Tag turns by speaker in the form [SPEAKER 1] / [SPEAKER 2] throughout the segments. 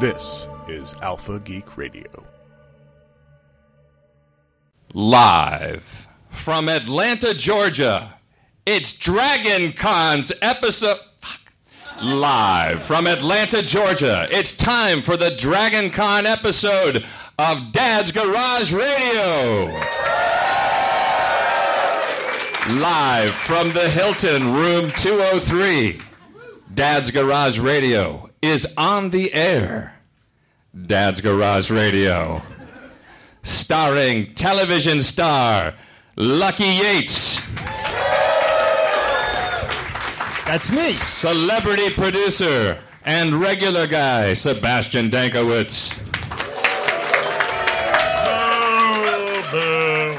[SPEAKER 1] This is Alpha Geek Radio.
[SPEAKER 2] Live from Atlanta, Georgia, it's Dragon Con's episode. fuck. Live from Atlanta, Georgia, it's time for the Dragon Con episode of Dad's Garage Radio. Live from the Hilton, room 203, Dad's Garage Radio is on the air. Dad's Garage Radio starring television star Lucky Yates,
[SPEAKER 3] That's me.
[SPEAKER 2] celebrity producer and regular guy Sebastian Dankowitz,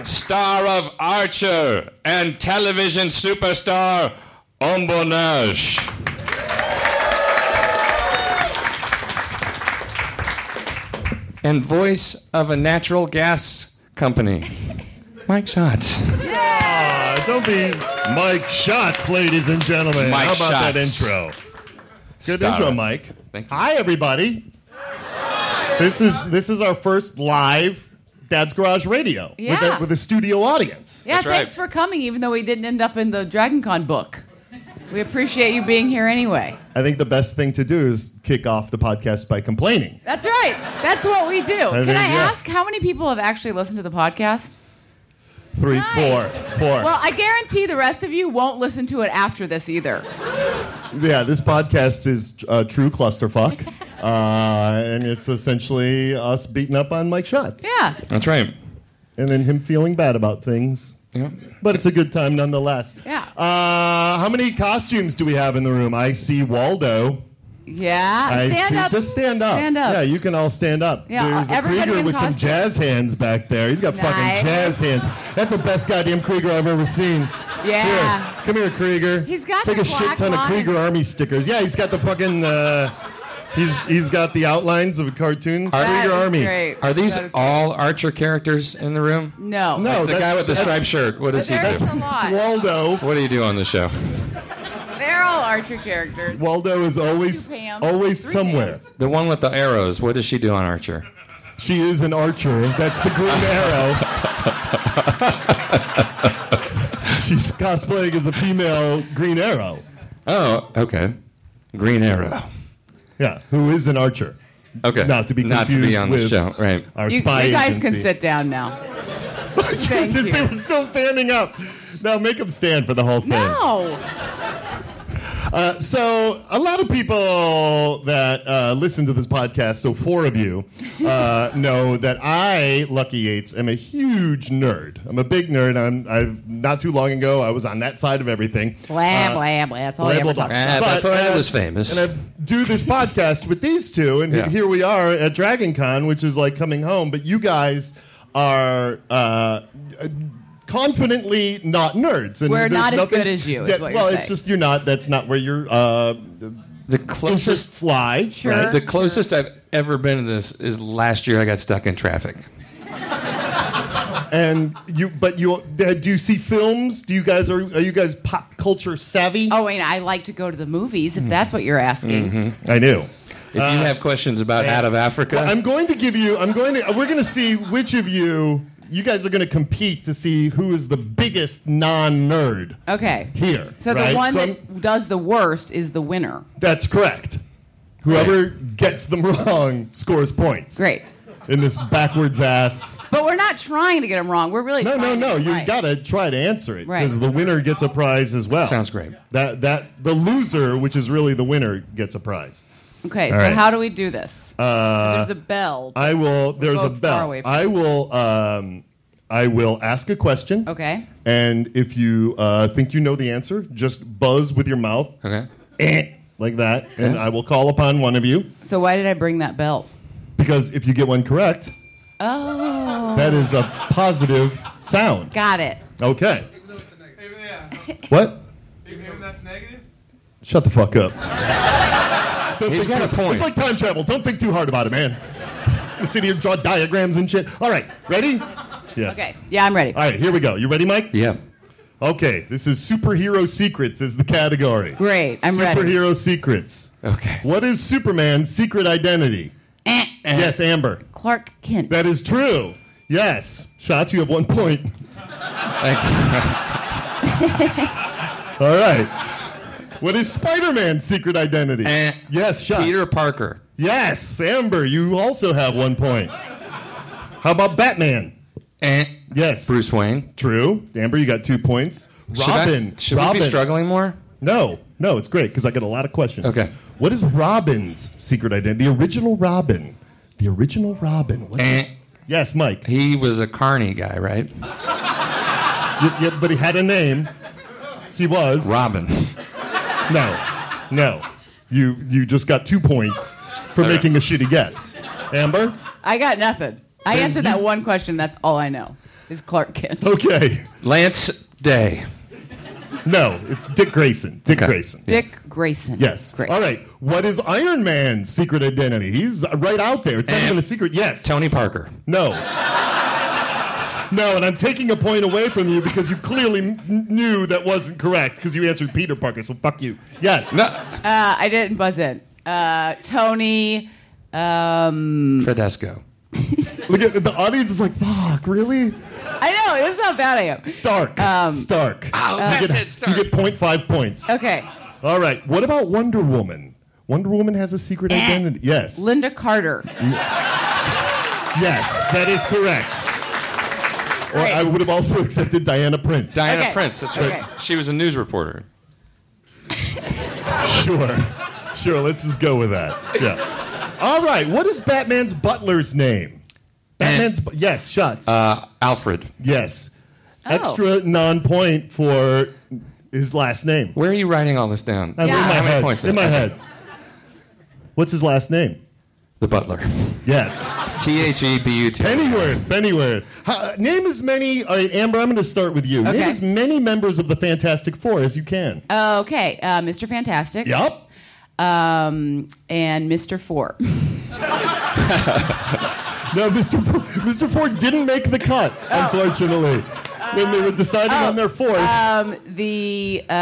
[SPEAKER 2] star of Archer and television superstar Ombonage. And voice of a natural gas company, Mike Schatz.
[SPEAKER 3] Ah, don't be Mike Shots, ladies and gentlemen.
[SPEAKER 2] Mike
[SPEAKER 3] How about that
[SPEAKER 2] Schatz.
[SPEAKER 3] intro? Good
[SPEAKER 2] Star
[SPEAKER 3] intro,
[SPEAKER 2] of-
[SPEAKER 3] Mike.
[SPEAKER 2] Thank you.
[SPEAKER 3] Hi, everybody. This is this is our first live Dad's Garage Radio with,
[SPEAKER 4] Yeah.
[SPEAKER 3] a, with a studio audience.
[SPEAKER 4] Yeah,
[SPEAKER 2] That's right.
[SPEAKER 4] thanks for coming, even though we didn't end up in the Dragon Con book. We appreciate you being here anyway.
[SPEAKER 3] I think the best thing to do is kick off the podcast by complaining.
[SPEAKER 4] That's right. That's what we do. Can
[SPEAKER 3] mean,
[SPEAKER 4] I
[SPEAKER 3] yeah.
[SPEAKER 4] ask how many people have actually listened to the podcast?
[SPEAKER 3] Three,
[SPEAKER 4] Nice.
[SPEAKER 3] four, four.
[SPEAKER 4] Well, I guarantee the rest of you won't listen to it after this either.
[SPEAKER 3] yeah, this podcast is a true clusterfuck, uh, and it's essentially us beating up on Mike Shots
[SPEAKER 4] Yeah.
[SPEAKER 2] That's right.
[SPEAKER 3] and then him feeling bad about things.
[SPEAKER 2] Yeah.
[SPEAKER 3] But it's a good time nonetheless.
[SPEAKER 4] Yeah.
[SPEAKER 3] Uh, how many costumes do we have in the room? I see Waldo.
[SPEAKER 4] Yeah.
[SPEAKER 3] I
[SPEAKER 4] Uh, stand
[SPEAKER 3] see,
[SPEAKER 4] up.
[SPEAKER 3] Just stand up.
[SPEAKER 4] Stand up.
[SPEAKER 3] Yeah, you can all stand up.
[SPEAKER 4] Yeah,
[SPEAKER 3] There's a
[SPEAKER 4] everybody
[SPEAKER 3] Krieger
[SPEAKER 4] in
[SPEAKER 3] with some
[SPEAKER 4] costume.
[SPEAKER 3] jazz hands back there. He's got
[SPEAKER 4] Nice.
[SPEAKER 3] fucking jazz hands. That's the best goddamn Krieger I've ever seen.
[SPEAKER 4] yeah.
[SPEAKER 3] Here, come here, Krieger.
[SPEAKER 4] He's got
[SPEAKER 3] Take
[SPEAKER 4] the
[SPEAKER 3] a shit
[SPEAKER 4] black
[SPEAKER 3] ton of
[SPEAKER 4] line.
[SPEAKER 3] Krieger army stickers. Yeah, he's got the fucking. Uh, he's he's got the outlines of a cartoon.
[SPEAKER 2] That
[SPEAKER 3] Krieger
[SPEAKER 4] is
[SPEAKER 3] army.
[SPEAKER 4] great.
[SPEAKER 2] Are these
[SPEAKER 4] That is-
[SPEAKER 2] all Archer characters in the room?
[SPEAKER 4] No.
[SPEAKER 3] No,
[SPEAKER 2] the
[SPEAKER 3] that's-
[SPEAKER 2] guy with the
[SPEAKER 3] that's-
[SPEAKER 2] striped shirt. What does he
[SPEAKER 4] There's
[SPEAKER 2] do?
[SPEAKER 4] a lot.
[SPEAKER 3] Waldo.
[SPEAKER 2] What do you do on the show?
[SPEAKER 4] They're all Archer characters.
[SPEAKER 3] Waldo is always
[SPEAKER 4] Two Pams.
[SPEAKER 3] always
[SPEAKER 4] Three
[SPEAKER 3] somewhere.
[SPEAKER 4] Pams.
[SPEAKER 2] The one with the arrows. What does she do on Archer?
[SPEAKER 3] She is an archer. That's the green arrow. She's cosplaying as a female green arrow.
[SPEAKER 2] Oh, okay. Green Arrow.
[SPEAKER 3] Yeah, who is an archer?
[SPEAKER 2] Okay.
[SPEAKER 3] Not to be
[SPEAKER 2] not to be
[SPEAKER 3] confused
[SPEAKER 2] on the
[SPEAKER 3] with-
[SPEAKER 2] show, right?
[SPEAKER 3] Our
[SPEAKER 4] You, you
[SPEAKER 3] spy
[SPEAKER 4] guys
[SPEAKER 3] agency.
[SPEAKER 4] can sit down now. Thank
[SPEAKER 3] Jesus,
[SPEAKER 4] you.
[SPEAKER 3] they were still standing up. Now make them stand for the whole thing.
[SPEAKER 4] No.
[SPEAKER 3] Uh, so a lot of people that uh, listen to this podcast, so four of you, uh, know that I, Lucky Yates, am a huge nerd. I'm a big nerd. I'm I've not too long ago I was on that side of everything.
[SPEAKER 4] Blah,
[SPEAKER 3] Uh,
[SPEAKER 4] blah, blah. That's all
[SPEAKER 3] blah,
[SPEAKER 4] I
[SPEAKER 3] blah,
[SPEAKER 4] ever talk
[SPEAKER 3] blah.
[SPEAKER 4] about.
[SPEAKER 2] Ah,
[SPEAKER 3] But,
[SPEAKER 2] before I
[SPEAKER 3] uh,
[SPEAKER 2] was famous.
[SPEAKER 3] And I do this podcast with these two, and
[SPEAKER 2] Yeah.
[SPEAKER 3] here we are at Dragon Con, which is like coming home. But you guys are uh, confidently not nerds. And
[SPEAKER 4] We're
[SPEAKER 3] there's
[SPEAKER 4] not as
[SPEAKER 3] nothing-
[SPEAKER 4] good as you, is
[SPEAKER 3] Yeah,
[SPEAKER 4] what you're
[SPEAKER 3] well, it's
[SPEAKER 4] saying.
[SPEAKER 3] just you're not. That's not where your uh,
[SPEAKER 2] the closest
[SPEAKER 3] interests lie.
[SPEAKER 4] Sure.
[SPEAKER 3] right?
[SPEAKER 2] the closest I've ever been to this is last year I got stuck in traffic.
[SPEAKER 3] And you, but you, uh, do you see films? Do you guys are are you guys pop culture savvy?
[SPEAKER 4] Oh, and I like to go to the movies,
[SPEAKER 3] Hmm.
[SPEAKER 4] if that's what you're
[SPEAKER 2] Mm-hmm.
[SPEAKER 4] asking.
[SPEAKER 3] I knew.
[SPEAKER 2] If you have questions about out of Africa,
[SPEAKER 3] I'm going to give you. I'm going to. uh, We're going to see which of you. You guys are going to compete to see who is the biggest non-nerd
[SPEAKER 4] Okay.
[SPEAKER 3] here.
[SPEAKER 4] So
[SPEAKER 3] right?
[SPEAKER 4] the one
[SPEAKER 3] So I'm-
[SPEAKER 4] that does the worst is the winner.
[SPEAKER 3] that's correct. Whoever gets them wrong scores points.
[SPEAKER 4] Great.
[SPEAKER 3] In this backwards ass.
[SPEAKER 4] But we're not trying to get them wrong. We're really
[SPEAKER 3] No, no,
[SPEAKER 4] trying to
[SPEAKER 3] no.
[SPEAKER 4] get 'em
[SPEAKER 3] You
[SPEAKER 4] right.
[SPEAKER 3] gotta try to answer it
[SPEAKER 4] Right.
[SPEAKER 3] because the winner gets a prize as well.
[SPEAKER 2] Sounds great.
[SPEAKER 3] That that the loser, which is really the winner, gets a prize.
[SPEAKER 4] Okay.
[SPEAKER 3] All
[SPEAKER 4] so
[SPEAKER 3] right.
[SPEAKER 4] how do we do this?
[SPEAKER 3] Uh,
[SPEAKER 4] There's a bell.
[SPEAKER 3] I will. There's a
[SPEAKER 4] both far
[SPEAKER 3] bell.
[SPEAKER 4] away from
[SPEAKER 3] I will. Um, I will ask a question.
[SPEAKER 4] okay.
[SPEAKER 3] And if you uh, think you know the answer, just buzz with your mouth
[SPEAKER 2] okay.
[SPEAKER 3] eh, like that, and
[SPEAKER 2] Okay.
[SPEAKER 3] I will call upon one of you.
[SPEAKER 4] So why did I bring that bell?
[SPEAKER 3] Because if you get one correct,
[SPEAKER 4] Oh.
[SPEAKER 3] that is a positive sound.
[SPEAKER 4] Got it.
[SPEAKER 3] Okay.
[SPEAKER 5] Even though it's a negative. Even, yeah.
[SPEAKER 3] What?
[SPEAKER 5] Even that's negative.
[SPEAKER 3] Shut the fuck up. Don't
[SPEAKER 2] He's
[SPEAKER 3] think
[SPEAKER 2] got
[SPEAKER 3] too-
[SPEAKER 2] a point.
[SPEAKER 3] It's like time travel. Don't think too hard about it, man. You sit here and draw diagrams and shit. All right, ready? Yes.
[SPEAKER 4] Okay. Yeah, I'm ready.
[SPEAKER 3] All right, here we go. You ready, Mike?
[SPEAKER 2] Yeah.
[SPEAKER 3] Okay, this is superhero secrets is the category.
[SPEAKER 4] Great. I'm ready.
[SPEAKER 3] Superhero secrets.
[SPEAKER 2] Okay.
[SPEAKER 3] What is Superman's secret identity?
[SPEAKER 4] Eh.
[SPEAKER 3] Yes, Amber.
[SPEAKER 4] Clark Kent.
[SPEAKER 3] That is true. Yes. Shots, you have one point.
[SPEAKER 2] Thank you.
[SPEAKER 3] All right. What is Spider Man's secret identity?
[SPEAKER 2] Eh.
[SPEAKER 3] Yes, shots.
[SPEAKER 2] Peter Parker.
[SPEAKER 3] Yes, Amber, you also have one point. How about Batman?
[SPEAKER 2] Eh.
[SPEAKER 3] Yes.
[SPEAKER 2] Bruce Wayne.
[SPEAKER 3] True. Amber, you got two points.
[SPEAKER 2] Should I-
[SPEAKER 3] Robin.
[SPEAKER 2] Should
[SPEAKER 3] Robin.
[SPEAKER 2] we be struggling more?
[SPEAKER 3] No, no, it's great because I get a lot of questions.
[SPEAKER 2] Okay.
[SPEAKER 3] What is Robin's secret identity? The original Robin. The original Robin. What
[SPEAKER 2] Eh.
[SPEAKER 3] is- Yes, Mike. Y-
[SPEAKER 2] He was a carny guy, right?
[SPEAKER 3] yeah, but he had a name. He was.
[SPEAKER 2] Robin.
[SPEAKER 3] No, no. You you just got two points for
[SPEAKER 2] Okay.
[SPEAKER 3] making a shitty guess. Amber.
[SPEAKER 4] I got nothing. I
[SPEAKER 3] Then
[SPEAKER 4] answered
[SPEAKER 3] you-
[SPEAKER 4] that one question. That's all I know. Is Clark Kent.
[SPEAKER 3] Okay.
[SPEAKER 2] Lance Day.
[SPEAKER 3] No, it's Dick Grayson. Dick
[SPEAKER 2] Okay.
[SPEAKER 3] Grayson.
[SPEAKER 4] Dick Grayson.
[SPEAKER 3] Yes.
[SPEAKER 4] Great.
[SPEAKER 3] All right. What is Iron Man's secret identity? He's right out there. It's not
[SPEAKER 2] Eh.
[SPEAKER 3] even a secret. Yes.
[SPEAKER 2] Tony Parker.
[SPEAKER 3] No. No, and I'm taking a point away from you because you clearly kn- knew that wasn't correct because you answered Peter Parker, so fuck you. Yes.
[SPEAKER 2] No.
[SPEAKER 4] Uh, I didn't buzz in. Uh, Tony. Um,
[SPEAKER 2] Tedesco.
[SPEAKER 3] Mm. Look at the audience is like, fuck, really?
[SPEAKER 4] I know. This is how bad I am.
[SPEAKER 3] Stark.
[SPEAKER 4] Um,
[SPEAKER 3] Stark.
[SPEAKER 2] Oh, that's
[SPEAKER 3] you get,
[SPEAKER 2] it, Stark.
[SPEAKER 3] You get 0.5 points.
[SPEAKER 4] Okay.
[SPEAKER 3] All right. What about Wonder Woman? Wonder Woman has a secret identity. Yes.
[SPEAKER 4] Eh. Linda Carter.
[SPEAKER 3] yes, that is correct. Or
[SPEAKER 4] Great.
[SPEAKER 3] I would have also accepted Diana Prince.
[SPEAKER 2] Diana
[SPEAKER 4] Okay.
[SPEAKER 2] Prince. That's right.
[SPEAKER 4] Okay.
[SPEAKER 2] She was a news reporter.
[SPEAKER 3] Sure. Sure, let's just go with that. Yeah. All right, what is Batman's butler's name? Batman's bu- yes, shots.
[SPEAKER 2] Uh, Alfred.
[SPEAKER 3] yes.
[SPEAKER 4] Oh.
[SPEAKER 3] Extra non-point for his last name.
[SPEAKER 2] Where are you writing all this down?
[SPEAKER 3] I'm
[SPEAKER 4] Yeah.
[SPEAKER 3] In my
[SPEAKER 4] How
[SPEAKER 2] many
[SPEAKER 3] head.
[SPEAKER 2] points is
[SPEAKER 3] in my
[SPEAKER 2] it?
[SPEAKER 3] head. What's his last name?
[SPEAKER 2] The Butler.
[SPEAKER 3] Yes.
[SPEAKER 2] T H E B U T.
[SPEAKER 3] Pennyworth. Pennyworth. How, name as many. All right, Amber. I'm going to start with you.
[SPEAKER 4] Okay.
[SPEAKER 3] Name as many members of the Fantastic Four as you can.
[SPEAKER 4] Okay. Uh, Mr. Fantastic.
[SPEAKER 3] Yup.
[SPEAKER 4] Um, and Mr. Four.
[SPEAKER 3] No, Mr. Ford, Mr. Ford didn't make the cut, unfortunately, when they were deciding on their fourth.
[SPEAKER 4] Um, the uh,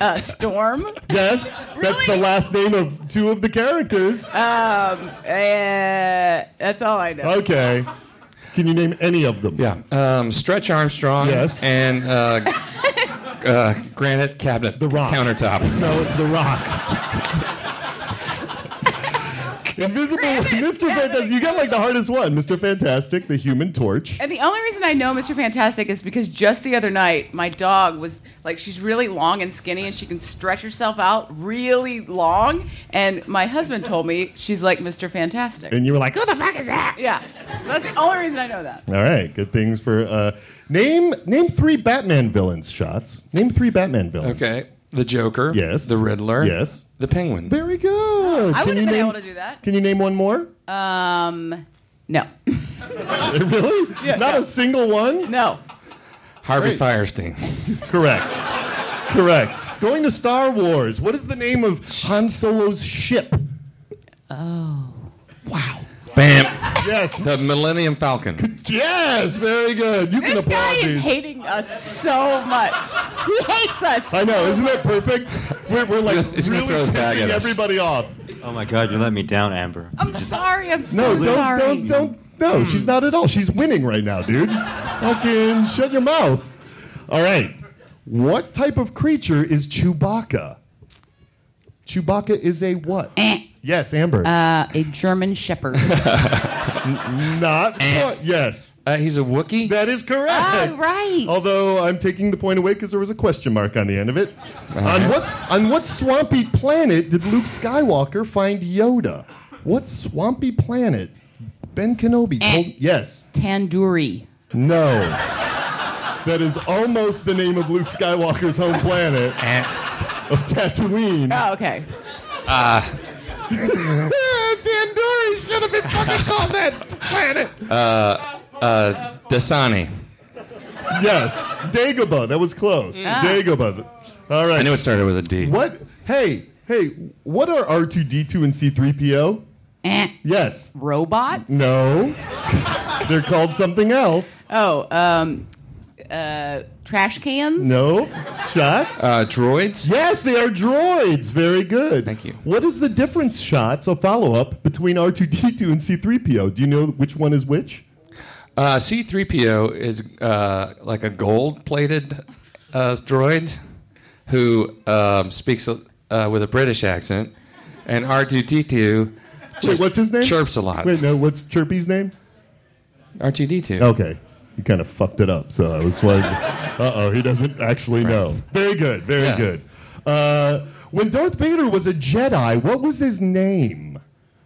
[SPEAKER 4] uh, Storm.
[SPEAKER 3] Yes, that's the
[SPEAKER 4] Really?
[SPEAKER 3] last name of two of the characters.
[SPEAKER 4] Um, uh, that's all I know.
[SPEAKER 3] Okay. Can you name any of them?
[SPEAKER 2] Yeah. Um, Stretch Armstrong.
[SPEAKER 3] Yes.
[SPEAKER 2] And uh, uh, granite cabinet.
[SPEAKER 3] The Rock.
[SPEAKER 2] Countertop.
[SPEAKER 3] No, it's The Rock. Invisible, Mr. Fantastic. You got like the hardest one, Mr. Fantastic, the Human Torch.
[SPEAKER 4] And the only reason I know Mr. Fantastic is because just the other night, my dog was like, she's really long and skinny, and she can stretch herself out really long. And my husband told me she's like Mr. Fantastic.
[SPEAKER 3] And you were like, who the fuck is that?
[SPEAKER 4] yeah, that's the only reason I know that.
[SPEAKER 3] All right, good things for uh, name name three Batman villains. Shots. Name three Batman villains.
[SPEAKER 2] Okay. The Joker.
[SPEAKER 3] Yes.
[SPEAKER 2] The Riddler.
[SPEAKER 3] Yes.
[SPEAKER 2] The Penguin.
[SPEAKER 3] Very good.
[SPEAKER 4] I
[SPEAKER 3] Can
[SPEAKER 4] would've
[SPEAKER 3] you
[SPEAKER 4] been
[SPEAKER 3] name-
[SPEAKER 4] able to do that.
[SPEAKER 3] Can you name one more?
[SPEAKER 4] Um, no,
[SPEAKER 3] really?
[SPEAKER 4] Yeah,
[SPEAKER 3] Not
[SPEAKER 4] yeah.
[SPEAKER 3] a single one?
[SPEAKER 4] no.
[SPEAKER 2] Harvey
[SPEAKER 3] Great.
[SPEAKER 2] Firestein.
[SPEAKER 3] Correct. Correct. Going to Star Wars. What is the name of Han Solo's ship?
[SPEAKER 4] Oh,
[SPEAKER 2] Bam.
[SPEAKER 3] Yes.
[SPEAKER 2] The Millennium Falcon.
[SPEAKER 3] Yes. Very good. You can
[SPEAKER 4] this guy
[SPEAKER 3] applaud
[SPEAKER 4] is
[SPEAKER 3] these.
[SPEAKER 4] hating us so much. He hates us.
[SPEAKER 3] I know. Isn't that perfect? We're, we're like
[SPEAKER 2] He's gonna
[SPEAKER 3] really
[SPEAKER 2] throw his bag
[SPEAKER 3] pissing
[SPEAKER 2] at us.
[SPEAKER 3] everybody off.
[SPEAKER 6] Oh my God, you let me down, Amber.
[SPEAKER 4] I'm sorry. I'm so
[SPEAKER 3] No, don't,
[SPEAKER 4] sorry. Hmm.
[SPEAKER 3] don't, don't. No, she's not at all. She's winning right now, dude. Fucking shut your mouth. All right. What type of creature is Chewbacca? Chewbacca is a what? Yes, Amber.
[SPEAKER 4] Eh. Uh, a German Shepherd.
[SPEAKER 3] Not what? Yes.
[SPEAKER 2] Uh, he's a Wookiee.
[SPEAKER 3] That is correct.
[SPEAKER 4] All Oh, right.
[SPEAKER 3] Although I'm taking the point away because there was a question mark on the end of it. On
[SPEAKER 2] right.
[SPEAKER 3] what on what swampy planet did Luke Skywalker find Yoda? What swampy planet? Ben Kenobi told yes.
[SPEAKER 4] Tandoori.
[SPEAKER 3] No. That is almost the name of Luke Skywalker's home planet of Tatooine.
[SPEAKER 4] Oh, okay.
[SPEAKER 2] Uh,
[SPEAKER 3] Dandori should have been fucking called that planet.
[SPEAKER 2] uh, Dasani.
[SPEAKER 3] Yes, Dagobah. That was close.
[SPEAKER 4] Ah.
[SPEAKER 3] Dagobah. All right.
[SPEAKER 2] I knew it started with a D.
[SPEAKER 3] What? Hey, hey, what are R2D2 and C3PO?
[SPEAKER 4] Eh.
[SPEAKER 3] Yes.
[SPEAKER 4] Robot?
[SPEAKER 3] No. They're called something else.
[SPEAKER 4] Oh, um, uh, trash cans.
[SPEAKER 3] No. Shots?
[SPEAKER 2] Uh, droids?
[SPEAKER 3] yes, they are droids. Very good.
[SPEAKER 2] Thank you.
[SPEAKER 3] What is the difference, shots, a follow up, between R2D2 and C3PO? Do you know which one is which?
[SPEAKER 2] Uh, C3PO is uh, like a gold plated uh, droid who um, speaks uh, with a British accent, and R2D2
[SPEAKER 3] Wait, what's his name?
[SPEAKER 2] chirps a lot.
[SPEAKER 3] Wait, no, what's Chirpy's name?
[SPEAKER 2] R2D2.
[SPEAKER 3] Okay. You kind of fucked it up, so I was like, uh oh, he doesn't actually know. Very good, very
[SPEAKER 2] Yeah.
[SPEAKER 3] good. Uh, when Darth Vader was a Jedi, what was his name?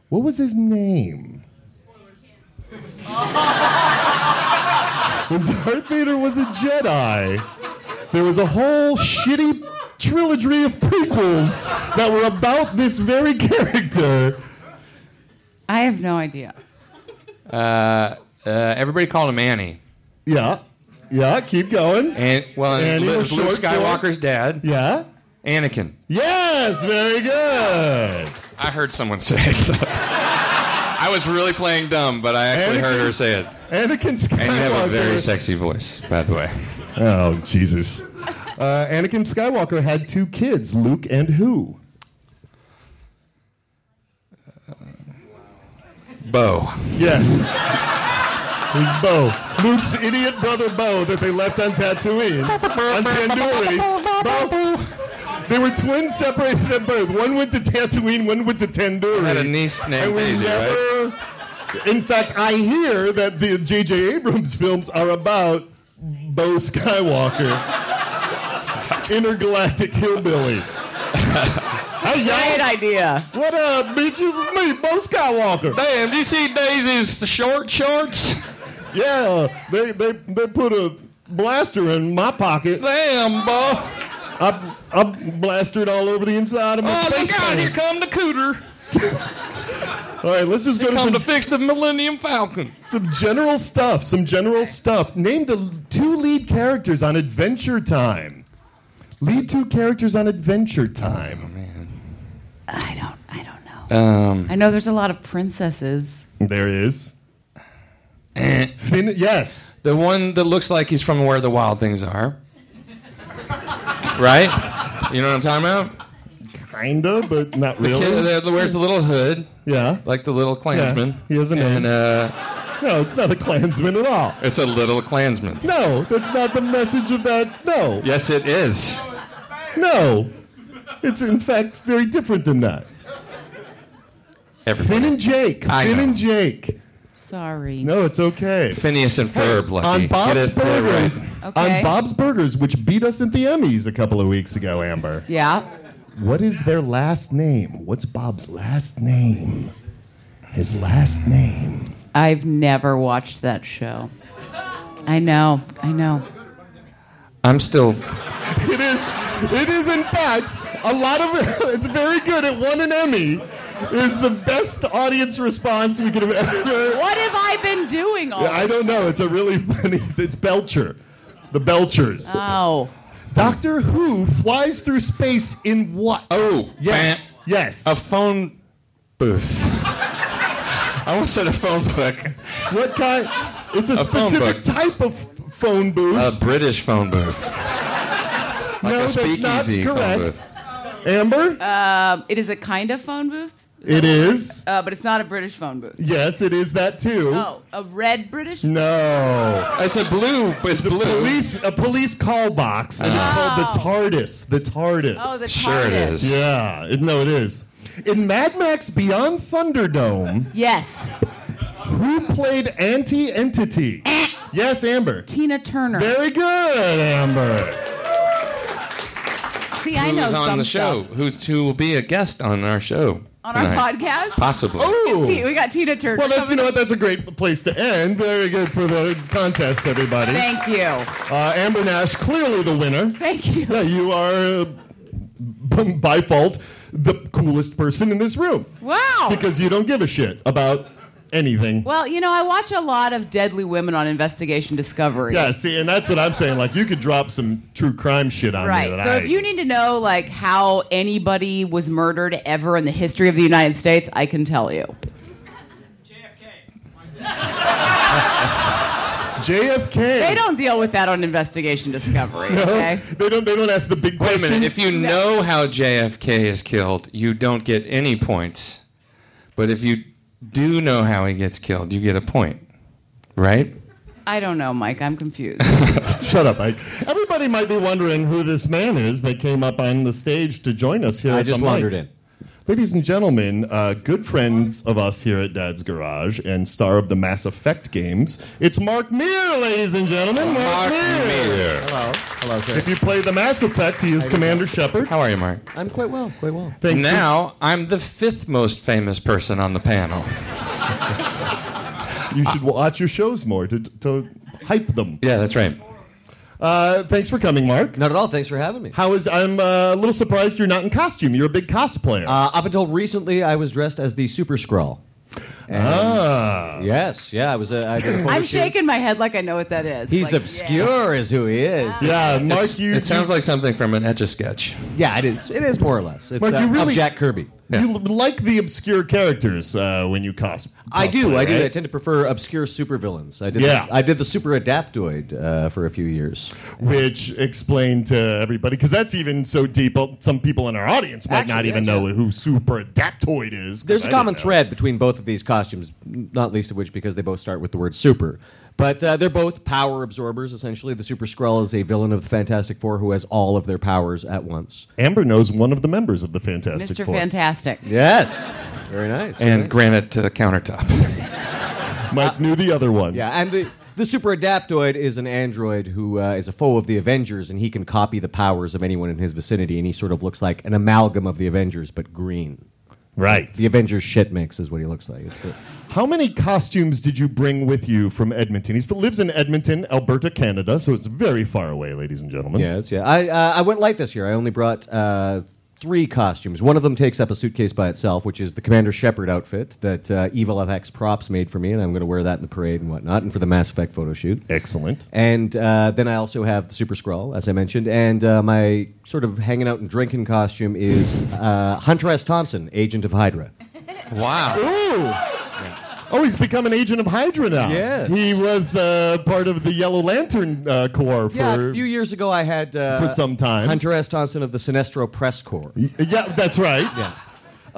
[SPEAKER 3] What was his name? when Darth Vader was a Jedi, there was a whole shitty trilogy of prequels that were about this very character.
[SPEAKER 4] I have no idea.
[SPEAKER 2] Uh, uh, everybody called him Annie.
[SPEAKER 3] Yeah, yeah, keep going.
[SPEAKER 2] And, well,
[SPEAKER 3] Annie
[SPEAKER 2] and Lu-
[SPEAKER 3] was
[SPEAKER 2] Luke,
[SPEAKER 3] short for-
[SPEAKER 2] Skywalker's dad,
[SPEAKER 3] yeah.
[SPEAKER 2] Anakin.
[SPEAKER 3] Yes, very good.
[SPEAKER 2] I heard someone say it. I was really playing dumb, but I actually heard her say it.
[SPEAKER 3] Anakin
[SPEAKER 2] And
[SPEAKER 3] Skywalker.
[SPEAKER 2] you have a very sexy voice, by the way.
[SPEAKER 3] Oh Jesus! Uh, Anakin Skywalker had two kids, Luke and who?
[SPEAKER 2] Uh, Bo.
[SPEAKER 3] Yes. It was Bo, Luke's idiot brother Bo that they left on Tatooine, on Tandoori. Bo. They were twins separated at birth. One went to Tatooine, one went to Tandoori.
[SPEAKER 2] Had a niece named
[SPEAKER 3] and we
[SPEAKER 2] Daisy, right?
[SPEAKER 3] never. In fact, I hear that the J.J. Abrams films are about Bo Skywalker, intergalactic hillbilly. hey,
[SPEAKER 4] Great
[SPEAKER 3] y'all.
[SPEAKER 4] idea.
[SPEAKER 3] What up, bitches? It's me, Bo Skywalker.
[SPEAKER 2] Damn, do you see Daisy's short shorts?
[SPEAKER 3] Yeah, they, they, they put a blaster in my pocket.
[SPEAKER 2] Damn, Bo.
[SPEAKER 3] I, I blastered all over the inside of my
[SPEAKER 2] Oh, my
[SPEAKER 3] face
[SPEAKER 2] God, here
[SPEAKER 3] pants.
[SPEAKER 2] come the cooter.
[SPEAKER 3] All right, let's just go to
[SPEAKER 2] Come
[SPEAKER 3] some
[SPEAKER 2] to fix the Millennium Falcon.
[SPEAKER 3] Some general stuff. Some general stuff. Name the l- two lead characters on Adventure Time. Lead two characters on Adventure Time.
[SPEAKER 2] Oh, Man.
[SPEAKER 4] I don't. I don't know. I
[SPEAKER 2] Um,
[SPEAKER 4] know there's a lot of princesses.
[SPEAKER 3] There is. Finn, Eh. yes.
[SPEAKER 2] the one that looks like he's from where the wild things are. Right? You know what I'm talking about?
[SPEAKER 3] Kinda, but not really.
[SPEAKER 2] Kid that wears the little hood,
[SPEAKER 3] yeah.
[SPEAKER 2] like the little Klansman.
[SPEAKER 3] he has a name.
[SPEAKER 2] And uh,
[SPEAKER 3] No, it's not a Klansman at all.
[SPEAKER 2] it's a little Klansman.
[SPEAKER 3] No, that's not the message of that. No.
[SPEAKER 2] Yes, it is.
[SPEAKER 3] No. It's in fact very different than that. Finn
[SPEAKER 2] Everybody.
[SPEAKER 3] and Jake.
[SPEAKER 2] I
[SPEAKER 3] Finn
[SPEAKER 2] know.
[SPEAKER 3] and Jake.
[SPEAKER 4] Sorry.
[SPEAKER 3] No, it's okay.
[SPEAKER 2] Phineas and Ferb, Lucky.
[SPEAKER 3] on Bob's
[SPEAKER 2] Get it, get it
[SPEAKER 3] Burgers.
[SPEAKER 2] right.
[SPEAKER 4] Okay.
[SPEAKER 3] On Bob's Burgers, which beat us at the Emmys a couple of weeks ago, Amber.
[SPEAKER 4] Yeah.
[SPEAKER 3] What is their last name? What's Bob's last name? His last name.
[SPEAKER 4] I've never watched that show. I know. I know.
[SPEAKER 2] I'm still.
[SPEAKER 3] It is. It is in fact a lot of. It's very good. It won an Emmy. It is the best audience response we could have ever.
[SPEAKER 4] What have I been doing all?
[SPEAKER 3] I don't know. It's a really funny. It's Belcher. The Belchers.
[SPEAKER 4] Oh.
[SPEAKER 3] Doctor Who flies through space in what?
[SPEAKER 2] Oh,
[SPEAKER 3] Yes.
[SPEAKER 2] man.
[SPEAKER 3] Yes.
[SPEAKER 2] A phone booth. I almost said a phone book.
[SPEAKER 3] What kind? It's a,
[SPEAKER 2] phone book.
[SPEAKER 3] specific type of phone booth.
[SPEAKER 2] A British phone booth. Like
[SPEAKER 3] no,
[SPEAKER 2] a
[SPEAKER 3] that's not
[SPEAKER 2] speakeasy phone
[SPEAKER 3] correct.
[SPEAKER 2] booth.
[SPEAKER 3] Amber,
[SPEAKER 4] Um, it is a kind of phone booth,
[SPEAKER 3] it is.
[SPEAKER 4] uh, but it's not a British phone booth.
[SPEAKER 3] Yes, it is that too.
[SPEAKER 4] Oh, a red British.
[SPEAKER 3] No.
[SPEAKER 2] It's a blue. It's blue.
[SPEAKER 3] Police, a police call box, and
[SPEAKER 2] Oh.
[SPEAKER 3] it's called the TARDIS. The TARDIS.
[SPEAKER 4] Oh, the
[SPEAKER 2] Sure it
[SPEAKER 4] TARDIS.
[SPEAKER 2] is.
[SPEAKER 3] yeah. It, no, it is. In Mad Max Beyond Thunderdome,
[SPEAKER 4] Yes.
[SPEAKER 3] who played Anti-Entity? yes, Amber.
[SPEAKER 4] Tina Eh. Turner.
[SPEAKER 3] Very good, Amber.
[SPEAKER 4] See, I know
[SPEAKER 2] Who's on
[SPEAKER 4] some
[SPEAKER 2] the show?
[SPEAKER 4] stuff.
[SPEAKER 2] Who's who will be a guest on our show
[SPEAKER 4] on
[SPEAKER 2] tonight.
[SPEAKER 4] our podcast.
[SPEAKER 2] Possibly.
[SPEAKER 3] Oh.
[SPEAKER 4] T- we got Tina Turner.
[SPEAKER 3] Well, that's you
[SPEAKER 4] coming
[SPEAKER 3] know what.
[SPEAKER 4] up.
[SPEAKER 3] That's a great place to end. Very good for the contest, everybody.
[SPEAKER 4] Thank you.
[SPEAKER 3] Uh, Amber Nash, clearly the winner.
[SPEAKER 4] Thank you.
[SPEAKER 3] Yeah, you are uh, b- by fault the coolest person in this room
[SPEAKER 4] Wow.
[SPEAKER 3] because you don't give a shit about anything.
[SPEAKER 4] well, you know, I watch a lot of Deadly Women on Investigation Discovery.
[SPEAKER 3] Yeah, see, and that's what I'm saying. Like, you could drop some true crime shit on
[SPEAKER 4] Right.
[SPEAKER 3] me. that
[SPEAKER 4] So
[SPEAKER 3] I,
[SPEAKER 4] if you need to know like how anybody was murdered ever in the history of the United States, I can tell you.
[SPEAKER 5] JFK.
[SPEAKER 3] JFK.
[SPEAKER 4] They don't deal with that on investigation discovery. Okay.
[SPEAKER 3] They don't. They don't ask the big
[SPEAKER 2] Wait a
[SPEAKER 3] questions.
[SPEAKER 2] minute. If you know how JFK is killed, you don't get any points. But if you do know how he gets killed, you get a point. Right?
[SPEAKER 4] I don't know, Mike. I'm confused.
[SPEAKER 3] Shut up, Ike. Everybody might be wondering who this man is that came up on the stage to join us here.
[SPEAKER 7] I
[SPEAKER 3] at
[SPEAKER 7] just
[SPEAKER 3] the
[SPEAKER 7] wandered
[SPEAKER 3] mics.
[SPEAKER 7] in.
[SPEAKER 3] Ladies and gentlemen, uh, good friends of us here at Dad's Garage and star of the Mass Effect games, it's Mark Meer, ladies and gentlemen.
[SPEAKER 2] Mark
[SPEAKER 3] Mark, Meer.
[SPEAKER 2] Meir.
[SPEAKER 7] Hello. Hello, sir.
[SPEAKER 3] If you play the Mass Effect, he is Commander Shepard.
[SPEAKER 2] How are you, Mark?
[SPEAKER 7] I'm quite well, quite well.
[SPEAKER 3] Thanks for-
[SPEAKER 2] Now I'm the fifth most famous person on the panel.
[SPEAKER 3] you should watch your shows more to, to hype them.
[SPEAKER 2] Yeah, that's right.
[SPEAKER 3] Uh, thanks for coming, Mark.
[SPEAKER 7] Not at all. Thanks for having me.
[SPEAKER 3] How is I'm uh, a little surprised you're not in costume. You're a big cosplayer.
[SPEAKER 7] Uh, up until recently, I was dressed as the Super Skrull. And-
[SPEAKER 3] ah.
[SPEAKER 7] Yes, yeah, I was. A, I did a photo
[SPEAKER 4] I'm
[SPEAKER 7] shoot.
[SPEAKER 4] shaking my head like I know what that is.
[SPEAKER 7] He's
[SPEAKER 4] Like,
[SPEAKER 7] obscure, is who he is.
[SPEAKER 3] Yeah, Mark,
[SPEAKER 2] It's-
[SPEAKER 3] you
[SPEAKER 2] it sounds like something from an Etch a Sketch.
[SPEAKER 7] Yeah, it is. It is more or less. It's
[SPEAKER 3] Mark, you
[SPEAKER 7] of
[SPEAKER 3] really-
[SPEAKER 7] Jack Kirby.
[SPEAKER 3] You l- like the obscure characters uh, when you cos.
[SPEAKER 7] I do.
[SPEAKER 3] cosplay,
[SPEAKER 7] I do.
[SPEAKER 3] right?
[SPEAKER 7] I tend to prefer obscure supervillains. I did.
[SPEAKER 3] Yeah.
[SPEAKER 7] The, I did the Super Adaptoid uh, for a few years.
[SPEAKER 3] Which explain to everybody because that's even so deep. uh, Some people in our audience might not
[SPEAKER 7] Actually,
[SPEAKER 3] even
[SPEAKER 7] yeah,
[SPEAKER 3] know who Super Adaptoid is. 'cause
[SPEAKER 7] There's
[SPEAKER 3] I
[SPEAKER 7] a
[SPEAKER 3] didn't
[SPEAKER 7] common
[SPEAKER 3] know.
[SPEAKER 7] thread between both of these costumes, not least of which because they both start with the word super. But uh, they're both power absorbers, essentially. The Super Skrull is a villain of the Fantastic Four who has all of their powers at once.
[SPEAKER 3] Amber knows one of the members of the Fantastic
[SPEAKER 4] Mr.
[SPEAKER 3] Four.
[SPEAKER 4] Fantastic.
[SPEAKER 7] Yes. Very nice.
[SPEAKER 2] And granite uh, countertop.
[SPEAKER 3] Mike knew the other one.
[SPEAKER 7] yeah, and the the Super Adaptoid is an android who uh, is a foe of the Avengers, and he can copy the powers of anyone in his vicinity, and he sort of looks like an amalgam of the Avengers, but green.
[SPEAKER 3] Right.
[SPEAKER 7] The Avengers shit mix is what he looks like. It's the-
[SPEAKER 3] How many costumes did you bring with you from Edmonton? He lives in Edmonton, Alberta, Canada, so it's very far away, ladies and gentlemen.
[SPEAKER 7] Yes, yeah. I uh, I went light this year. I only brought uh, three costumes. One of them takes up a suitcase by itself, which is the Commander Shepard outfit that uh, Evil FX props made for me, and I'm going to wear that in the parade and whatnot, and for the Mass Effect photo shoot.
[SPEAKER 3] Excellent.
[SPEAKER 7] And uh, then I also have the Super Skrull, as I mentioned, and uh, my sort of hanging out and drinking costume is uh, Hunter S. Thompson, Agent of Hydra.
[SPEAKER 2] Wow.
[SPEAKER 3] Ooh. Oh, he's become an agent of Hydra now.
[SPEAKER 7] Yes.
[SPEAKER 3] He was uh, part of the Yellow Lantern uh, Corps for
[SPEAKER 7] Yeah, a few years ago I had uh,
[SPEAKER 3] for some time.
[SPEAKER 7] Hunter S. Thompson of the Sinestro Press Corps.
[SPEAKER 3] Yeah, that's right.
[SPEAKER 7] Yeah.
[SPEAKER 3] Uh,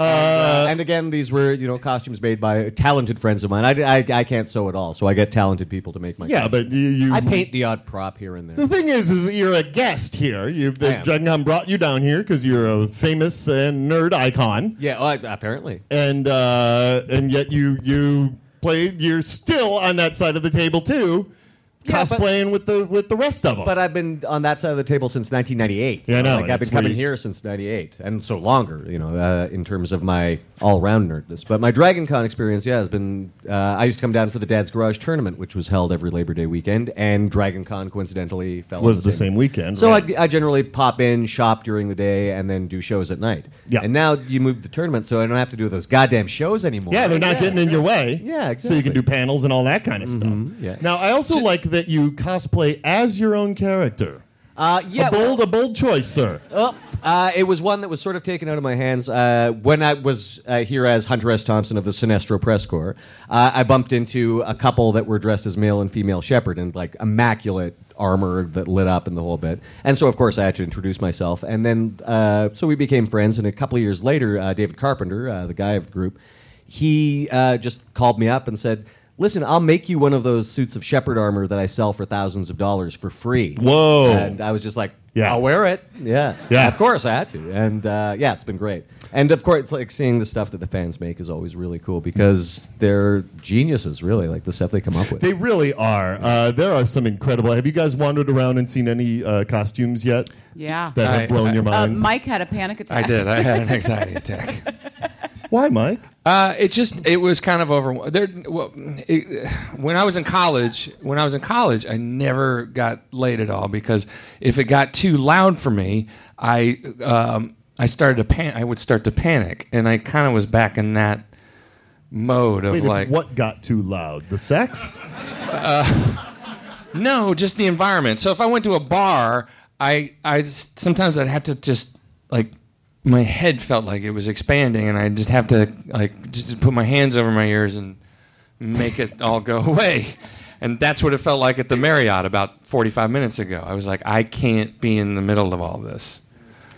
[SPEAKER 7] Uh, and again, these were you know costumes made by talented friends of mine. I, I, I can't sew at all, so I get talented people to make my.
[SPEAKER 3] yeah, but you, you.
[SPEAKER 7] I paint the odd prop here and
[SPEAKER 3] The
[SPEAKER 7] there.
[SPEAKER 3] thing is, is you're a guest here. You've
[SPEAKER 7] I
[SPEAKER 3] the
[SPEAKER 7] am.
[SPEAKER 3] Dragon brought you down here because you're a famous and nerd icon.
[SPEAKER 7] Yeah, well, I- apparently.
[SPEAKER 3] and uh, and yet you you play you're still on that side of the table too,
[SPEAKER 7] Yeah, but-
[SPEAKER 3] cosplaying with the with the rest of them.
[SPEAKER 7] But I've been on that side of the table since 1998.
[SPEAKER 3] Yeah, I know,
[SPEAKER 7] Like, I've
[SPEAKER 3] it's
[SPEAKER 7] been coming
[SPEAKER 3] pretty-
[SPEAKER 7] here since '98, and so longer, you know, uh, in terms of my all-round nerdness. But my Dragon Con experience, yeah, has been. Uh, I used to come down for the Dad's Garage tournament, which was held every Labor Day weekend, and Dragon Con coincidentally fell on
[SPEAKER 3] was the same weekend.
[SPEAKER 7] So
[SPEAKER 3] right?
[SPEAKER 7] I'd, I generally pop in, shop during the day, and then do shows at night.
[SPEAKER 3] Yeah.
[SPEAKER 7] And now you moved the tournament, so I don't have to do those goddamn shows anymore.
[SPEAKER 3] yeah, they're not getting in your way.
[SPEAKER 7] Yeah,
[SPEAKER 3] So you can
[SPEAKER 7] exactly.
[SPEAKER 3] do panels and all that kind of stuff.
[SPEAKER 7] Mhm, yeah.
[SPEAKER 3] Now I also like that you cosplay as your own character.
[SPEAKER 7] Uh, yeah.
[SPEAKER 3] a bold,
[SPEAKER 7] well,
[SPEAKER 3] a bold choice, sir.
[SPEAKER 7] oh, uh, it was one that was sort of taken out of my hands uh, when I was uh, here as Hunter S. Thompson of the Sinestro Press Corps. Uh, I bumped into a couple that were dressed as male and female shepherd in like immaculate armor that lit up and the whole bit. And so, of course, I had to introduce myself. And then, uh, so we became friends. And a couple of years later, uh, David Carpenter, uh, the guy of the group, he uh, just called me up and said, "Listen, I'll make you one of those suits of shepherd armor that I sell for thousands of dollars for free."
[SPEAKER 3] Whoa.
[SPEAKER 7] And I was just like,
[SPEAKER 3] Yeah.
[SPEAKER 7] I'll wear it. Yeah,
[SPEAKER 3] Yeah.
[SPEAKER 7] Of course, I had to, and uh, yeah, it's been great. And of course, like seeing the stuff that the fans make is always really cool because they're geniuses, really. Like the stuff they come up with.
[SPEAKER 3] They really are. Uh, there are some incredible. Have you guys wandered around and seen any uh, costumes yet
[SPEAKER 4] Yeah.
[SPEAKER 3] that
[SPEAKER 2] I-
[SPEAKER 3] have blown
[SPEAKER 2] I-
[SPEAKER 3] your
[SPEAKER 4] Uh,
[SPEAKER 3] minds?
[SPEAKER 4] Mike had a panic attack.
[SPEAKER 2] I did. I had an anxiety attack.
[SPEAKER 3] Why, Mike?
[SPEAKER 2] Uh, it just it was kind of over. There, well, it, when I was in college, when I was in college, I never got laid at all because if it got too loud for me, I um, I started to pan. I would start to panic, and I kind of was back in that mode of
[SPEAKER 3] Wait, if
[SPEAKER 2] like
[SPEAKER 3] what got too loud? The sex?
[SPEAKER 2] Uh, no, just the environment. So if I went to a bar, I I just, sometimes I'd have to just like my head felt like it was expanding, and I would just have to like just put my hands over my ears and make it all go away. And that's what it felt like at the Marriott about 45 minutes ago. I was like, I can't be in the middle of all this.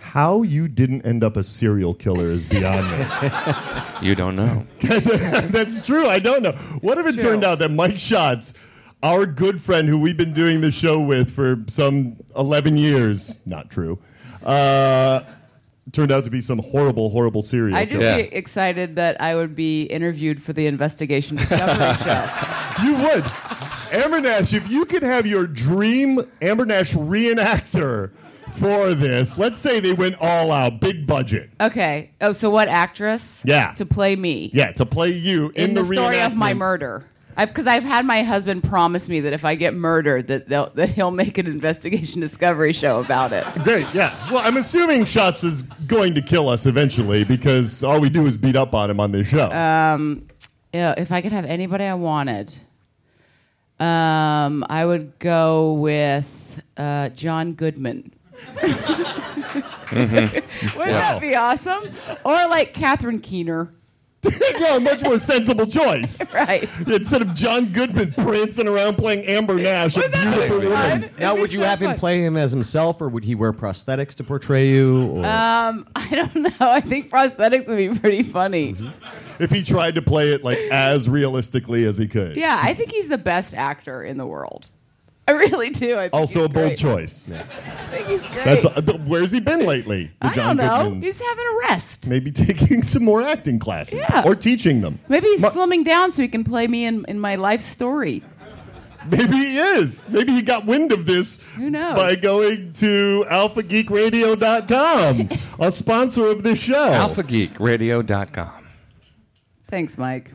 [SPEAKER 3] How you didn't end up a serial killer is beyond me.
[SPEAKER 2] You don't know.
[SPEAKER 3] That's true. I don't know. What if it
[SPEAKER 4] True.
[SPEAKER 3] turned out that Mike Schatz, our good friend who we've been doing the show with for some 11 years, not true, uh, turned out to be some horrible, horrible serial
[SPEAKER 4] I
[SPEAKER 3] killer?
[SPEAKER 4] just
[SPEAKER 2] Yeah.
[SPEAKER 4] get excited that I would be interviewed for the investigation discovery show.
[SPEAKER 3] You would. Amber Nash, if you could have your dream Amber Nash reenactor for this, let's say they went all out, big budget.
[SPEAKER 4] Okay. Oh, so what actress?
[SPEAKER 3] Yeah.
[SPEAKER 4] To play me.
[SPEAKER 3] Yeah, to play you in,
[SPEAKER 4] In, the, story of my
[SPEAKER 3] reenactments.
[SPEAKER 4] murder. Because I've had my husband promise me that if I get murdered, that they'll, that he'll make an investigation discovery show about it.
[SPEAKER 3] Great, yeah. Well, I'm assuming Shots is going to kill us eventually because all we do is beat up on him on this show.
[SPEAKER 4] Um, yeah, if I could have anybody I wanted, um, I would go with uh, John Goodman.
[SPEAKER 8] Mm-hmm.
[SPEAKER 4] Wouldn't
[SPEAKER 3] Wow.
[SPEAKER 4] that be awesome? Or like Catherine Keener,
[SPEAKER 3] yeah, a much more sensible choice.
[SPEAKER 4] right?
[SPEAKER 3] Instead of John Goodman prancing around playing Amber Nash, a beautiful woman.
[SPEAKER 7] Now, would you have him play him as himself, or would he wear prosthetics to portray you? Or?
[SPEAKER 2] Uh,
[SPEAKER 4] Um, I don't know. I think prosthetics would be pretty funny.
[SPEAKER 3] Mm-hmm. If he tried to play it like as realistically as he could.
[SPEAKER 4] Yeah, I think he's the best actor in the world. I really do. I think
[SPEAKER 3] Also
[SPEAKER 4] he's
[SPEAKER 3] a bold
[SPEAKER 4] great.
[SPEAKER 3] choice.
[SPEAKER 4] I think he's great.
[SPEAKER 3] That's uh, th- where's he been lately? The
[SPEAKER 4] I don't know.
[SPEAKER 3] Goodmans.
[SPEAKER 4] He's having a rest.
[SPEAKER 3] maybe taking some more acting classes
[SPEAKER 4] Yeah.
[SPEAKER 3] or teaching them.
[SPEAKER 4] Maybe he's
[SPEAKER 3] Ma-
[SPEAKER 4] slimming down so he can play me in, in my life story.
[SPEAKER 3] Maybe he is. Maybe he got wind of this
[SPEAKER 4] Who knows?
[SPEAKER 3] by going to alphageekradio.com, a sponsor of this show.
[SPEAKER 2] AlphaGeekRadio.com.
[SPEAKER 4] Thanks, Mike.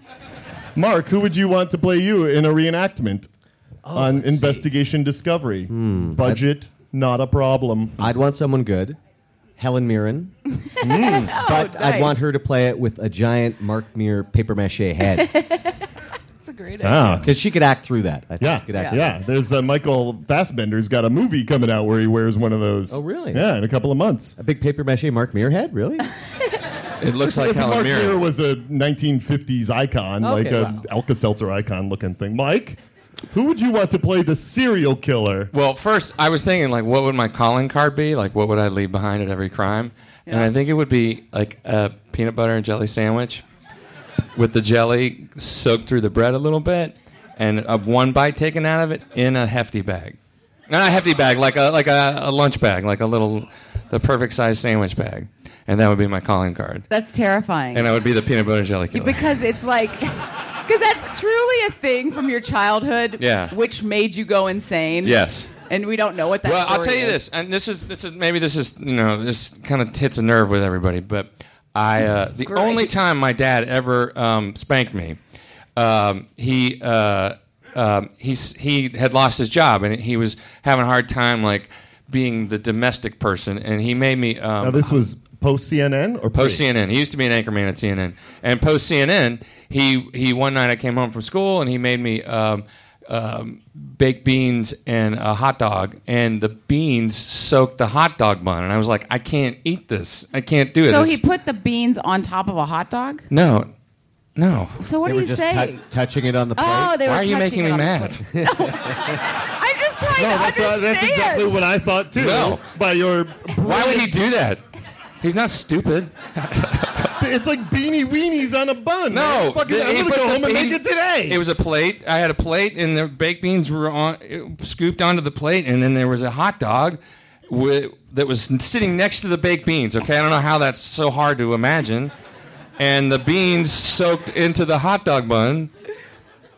[SPEAKER 3] Mark, who would you want to play you in a reenactment
[SPEAKER 4] Oh,
[SPEAKER 3] on Investigation Discovery? Budget, not a problem.
[SPEAKER 7] I'd want someone good. Helen Mirren. Hmm.
[SPEAKER 2] Oh,
[SPEAKER 7] but I'd
[SPEAKER 4] nice.
[SPEAKER 7] want her to play it with a giant Mark Mir paper mache head.
[SPEAKER 4] That's a great
[SPEAKER 3] Ah.
[SPEAKER 7] Because she could act through that. I think
[SPEAKER 3] Yeah,
[SPEAKER 7] she could act
[SPEAKER 3] yeah. There's uh, Michael Fassbender's got a movie coming out where he wears one of those.
[SPEAKER 7] Oh, really?
[SPEAKER 3] Yeah, in a couple of months.
[SPEAKER 7] A big paper mache Mark Mir head? Really?
[SPEAKER 2] It looks like
[SPEAKER 3] if Mark
[SPEAKER 2] Helen
[SPEAKER 3] Muir
[SPEAKER 2] Mirren.
[SPEAKER 3] was a 1950s icon,
[SPEAKER 7] Okay,
[SPEAKER 3] like a
[SPEAKER 7] wow.
[SPEAKER 3] Alka-Seltzer icon looking thing. Mike, who would you want to play the serial killer?
[SPEAKER 2] Well, first I was thinking like, what would my calling card be? Like, what would I leave behind at every crime? And I think it would be like a peanut butter and jelly sandwich, with the jelly soaked through the bread a little bit, and a one bite taken out of it in a hefty bag, not a hefty bag, like a like a, a lunch bag, like a little, the perfect size sandwich bag, and that would be my calling card.
[SPEAKER 4] That's terrifying.
[SPEAKER 2] And I would be the peanut butter and jelly killer.
[SPEAKER 4] because it's like, because that's truly a thing from your childhood,
[SPEAKER 2] Yeah.
[SPEAKER 4] which made you go insane.
[SPEAKER 2] yes.
[SPEAKER 4] And we don't know what that
[SPEAKER 2] Well, I'll
[SPEAKER 4] story
[SPEAKER 2] tell you
[SPEAKER 4] is.
[SPEAKER 2] this, and this is this is maybe this is you know this kind of hits a nerve with everybody, but I uh, the
[SPEAKER 4] Great.
[SPEAKER 2] only time my dad ever um, spanked me, um, he. Uh, um, he's he had lost his job and he was having a hard time like being the domestic person and he made me um,
[SPEAKER 3] Now, this was post CNN or
[SPEAKER 2] Post CNN. He used to be an anchorman at CNN. And post CNN, he he one night I came home from school and he made me um, um, baked beans and a hot dog, and the beans soaked the hot dog bun, and I was like, I can't eat this. I can't do it.
[SPEAKER 4] So
[SPEAKER 2] It's-
[SPEAKER 4] he put the beans on top of a hot dog.
[SPEAKER 2] no, no.
[SPEAKER 4] So what
[SPEAKER 7] they
[SPEAKER 4] are
[SPEAKER 7] were
[SPEAKER 4] you
[SPEAKER 7] just
[SPEAKER 4] saying?
[SPEAKER 7] tou- touching it on the plate.
[SPEAKER 4] oh, they were.
[SPEAKER 2] Why are you making
[SPEAKER 4] touching it
[SPEAKER 2] me
[SPEAKER 4] on the
[SPEAKER 2] mad?
[SPEAKER 4] plate. I'm just trying
[SPEAKER 3] No,
[SPEAKER 4] to
[SPEAKER 3] that's, uh,
[SPEAKER 4] understand.
[SPEAKER 3] that's exactly what I thought too.
[SPEAKER 2] No.
[SPEAKER 3] By your
[SPEAKER 2] Why would he do that? He's not stupid.
[SPEAKER 3] it's like beanie weenies on a bun.
[SPEAKER 2] No,
[SPEAKER 3] man. Fucking,
[SPEAKER 2] the-
[SPEAKER 3] I'm
[SPEAKER 2] he
[SPEAKER 3] gonna
[SPEAKER 2] put
[SPEAKER 3] go
[SPEAKER 2] the
[SPEAKER 3] home and
[SPEAKER 2] bean-
[SPEAKER 3] make it today.
[SPEAKER 2] It was a plate. I had a plate, and the baked beans were on it- scooped onto the plate, and then there was a hot dog wi that was sitting next to the baked beans. Okay, I don't know how that's so hard to imagine. And the beans soaked into the hot dog bun,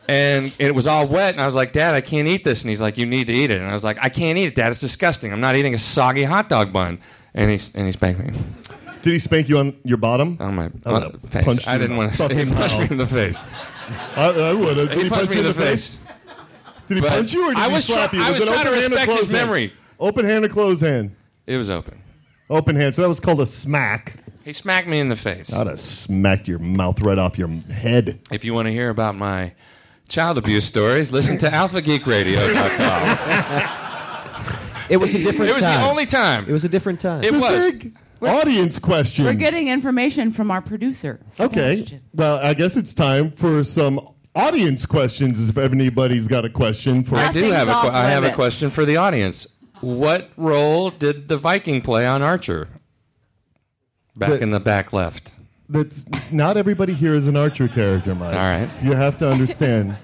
[SPEAKER 2] and it was all wet. And I was like, Dad, I can't eat this. And he's like, You need to eat it. And I was like, I can't eat it, Dad. It's disgusting. I'm not eating a soggy hot dog bun. And he and he spanked me
[SPEAKER 3] Did he spank you on your bottom?
[SPEAKER 2] on my
[SPEAKER 3] I would've
[SPEAKER 2] on the face.
[SPEAKER 3] punched
[SPEAKER 2] I
[SPEAKER 3] you
[SPEAKER 2] didn't
[SPEAKER 3] in
[SPEAKER 2] want
[SPEAKER 3] the
[SPEAKER 2] to. He
[SPEAKER 3] fucking
[SPEAKER 2] punched me
[SPEAKER 3] mouth.
[SPEAKER 2] in the face.
[SPEAKER 3] I, I would have. Did
[SPEAKER 2] He punched me in the face.
[SPEAKER 3] Did he
[SPEAKER 2] But
[SPEAKER 3] punch you or did
[SPEAKER 2] I was
[SPEAKER 3] he slap
[SPEAKER 2] try-
[SPEAKER 3] you?
[SPEAKER 2] I was
[SPEAKER 3] it
[SPEAKER 2] trying to
[SPEAKER 3] open hand or
[SPEAKER 2] respect his
[SPEAKER 3] closed hand?
[SPEAKER 2] memory.
[SPEAKER 3] Open hand or closed hand?
[SPEAKER 2] It was open.
[SPEAKER 3] Open hand. So that was called a smack.
[SPEAKER 2] He smacked me in the face.
[SPEAKER 3] I'd have smacked your mouth right off your head.
[SPEAKER 2] If you want to hear about my child abuse stories, listen to AlphaGeekRadio.com.
[SPEAKER 7] It was a different
[SPEAKER 2] it was
[SPEAKER 7] time.
[SPEAKER 2] the only time.
[SPEAKER 7] It was a different time.
[SPEAKER 2] It was.
[SPEAKER 3] Big audience questions.
[SPEAKER 4] We're getting information from our producer.
[SPEAKER 3] Okay.
[SPEAKER 4] Question.
[SPEAKER 3] Well, I guess it's time for some audience questions is if anybody's got a question for
[SPEAKER 2] I do
[SPEAKER 4] Nothing's
[SPEAKER 2] have a,
[SPEAKER 4] off
[SPEAKER 2] que- I have a
[SPEAKER 4] limits.
[SPEAKER 2] question for the audience. What role did the Viking play on Archer? Back
[SPEAKER 3] The-
[SPEAKER 2] in the back left.
[SPEAKER 3] that's not everybody here is an archer character, Mike.
[SPEAKER 2] All right.
[SPEAKER 3] You have to understand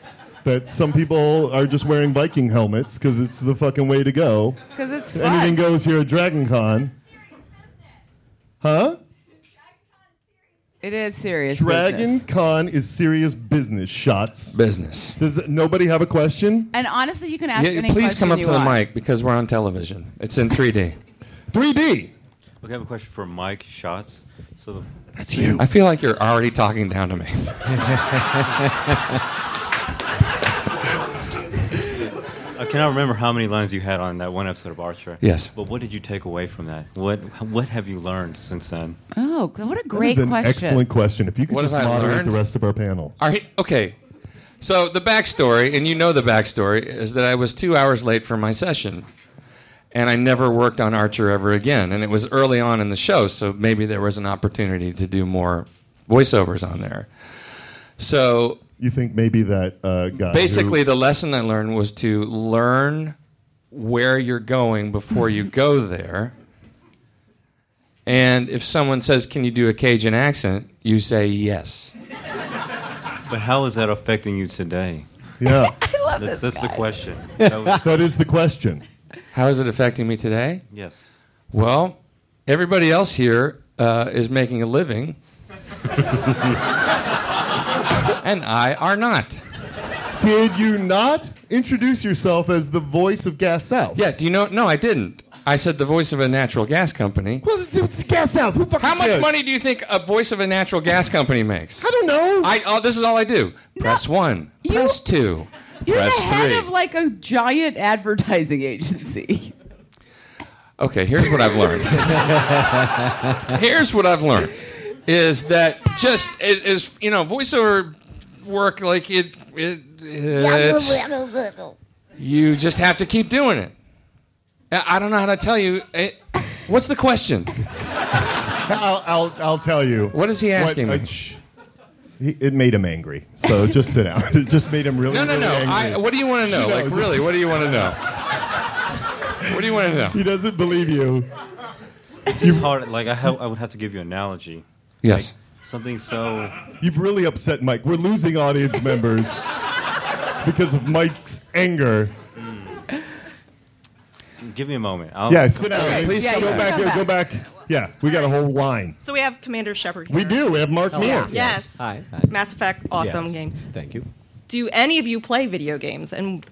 [SPEAKER 3] that some people are just wearing Viking helmets because it's the fucking way to go.
[SPEAKER 4] Because it's fun.
[SPEAKER 3] Anything goes here at Dragon Con. Huh?
[SPEAKER 4] It is serious.
[SPEAKER 3] Dragon
[SPEAKER 4] business.
[SPEAKER 3] Con is serious business shots.
[SPEAKER 2] Business.
[SPEAKER 3] Does nobody have a question?
[SPEAKER 4] And honestly, you can ask
[SPEAKER 2] Yeah,
[SPEAKER 4] any
[SPEAKER 2] please come
[SPEAKER 4] question
[SPEAKER 2] up
[SPEAKER 4] you
[SPEAKER 2] to the
[SPEAKER 4] want.
[SPEAKER 2] mic because we're on television. It's in 3D.
[SPEAKER 3] 3D.
[SPEAKER 6] Look, I have a question for Mike Schatz. So the,
[SPEAKER 3] That's you.
[SPEAKER 2] I feel like you're already talking down to me.
[SPEAKER 6] I cannot remember how many lines you had on that one episode of Archer.
[SPEAKER 2] Yes.
[SPEAKER 6] But what did you take away from that? What What have you learned since then?
[SPEAKER 4] Oh, what a
[SPEAKER 3] That
[SPEAKER 4] great
[SPEAKER 3] is an
[SPEAKER 4] question.
[SPEAKER 3] excellent question. If you could
[SPEAKER 2] What
[SPEAKER 3] just
[SPEAKER 2] have I
[SPEAKER 3] moderate
[SPEAKER 2] learned?
[SPEAKER 3] the rest of our panel.
[SPEAKER 2] All right, okay. So the backstory, and you know the backstory, is that I was two hours late for my session, and I never worked on Archer ever again. And it was early on in the show, so maybe there was an opportunity to do more voiceovers on there. So
[SPEAKER 3] You think maybe that uh, guy.
[SPEAKER 2] basically,
[SPEAKER 3] who,
[SPEAKER 2] the lesson I learned was to learn where you're going before you go there. And if someone says, "Can you do a Cajun accent?" you say yes.
[SPEAKER 6] But how is that affecting you today?
[SPEAKER 3] yeah,
[SPEAKER 4] I love this.
[SPEAKER 6] That's, that's the
[SPEAKER 4] guy.
[SPEAKER 6] question. That was-
[SPEAKER 3] that is the question.
[SPEAKER 2] How is it affecting me today?
[SPEAKER 6] yes.
[SPEAKER 2] Well, everybody else here uh, is making a living, and I are not.
[SPEAKER 3] Did you not introduce yourself as the voice of Gas South?
[SPEAKER 2] Yeah, do you know? No, I didn't. I said the voice of a natural gas company.
[SPEAKER 3] Well, it's, it's Gas South. Who fucking
[SPEAKER 2] How much
[SPEAKER 3] cares?
[SPEAKER 2] money do you think a voice of a natural gas company makes?
[SPEAKER 3] I don't know.
[SPEAKER 2] I oh, this is all I do. Press one.
[SPEAKER 4] You-
[SPEAKER 2] press two.
[SPEAKER 4] You're
[SPEAKER 2] press
[SPEAKER 4] the head
[SPEAKER 2] three.
[SPEAKER 4] of like a giant advertising agency.
[SPEAKER 2] Okay, here's what I've learned. here's what I've learned is that just is, is you know voiceover work like it, it it's, you just have to keep doing it. I I don't know how to tell you. eh, what's the question?
[SPEAKER 3] I'll, I'll, I'll tell you.
[SPEAKER 2] What is he asking
[SPEAKER 3] What,
[SPEAKER 2] me?
[SPEAKER 3] uh, shh. He- it made him angry. So just sit down. It just made him really.
[SPEAKER 2] No, no,
[SPEAKER 3] really
[SPEAKER 2] no.
[SPEAKER 3] angry.
[SPEAKER 2] I, what do you want to know?
[SPEAKER 3] No,
[SPEAKER 2] Like
[SPEAKER 3] just-
[SPEAKER 2] really, what do you want to know? What do you want to know?
[SPEAKER 3] He doesn't believe you.
[SPEAKER 6] It's hard. Like I, ha- I would have to give you an analogy.
[SPEAKER 2] Yes.
[SPEAKER 6] Something so.
[SPEAKER 3] You've really upset Mike. We're losing audience members because of Mike's anger.
[SPEAKER 6] Give me a moment. I'll,
[SPEAKER 3] Yeah, sit down.
[SPEAKER 2] Okay, please
[SPEAKER 3] go
[SPEAKER 2] come
[SPEAKER 3] back.
[SPEAKER 2] back.
[SPEAKER 3] here, Go back. Yeah, we got a whole line.
[SPEAKER 9] So we have Commander Shepard here.
[SPEAKER 3] We do. We have Mark Meir.
[SPEAKER 9] Yes.
[SPEAKER 7] Hi. hi.
[SPEAKER 9] Mass Effect, awesome
[SPEAKER 7] Yes.
[SPEAKER 9] game.
[SPEAKER 7] Thank you.
[SPEAKER 9] Do any of you play video games? And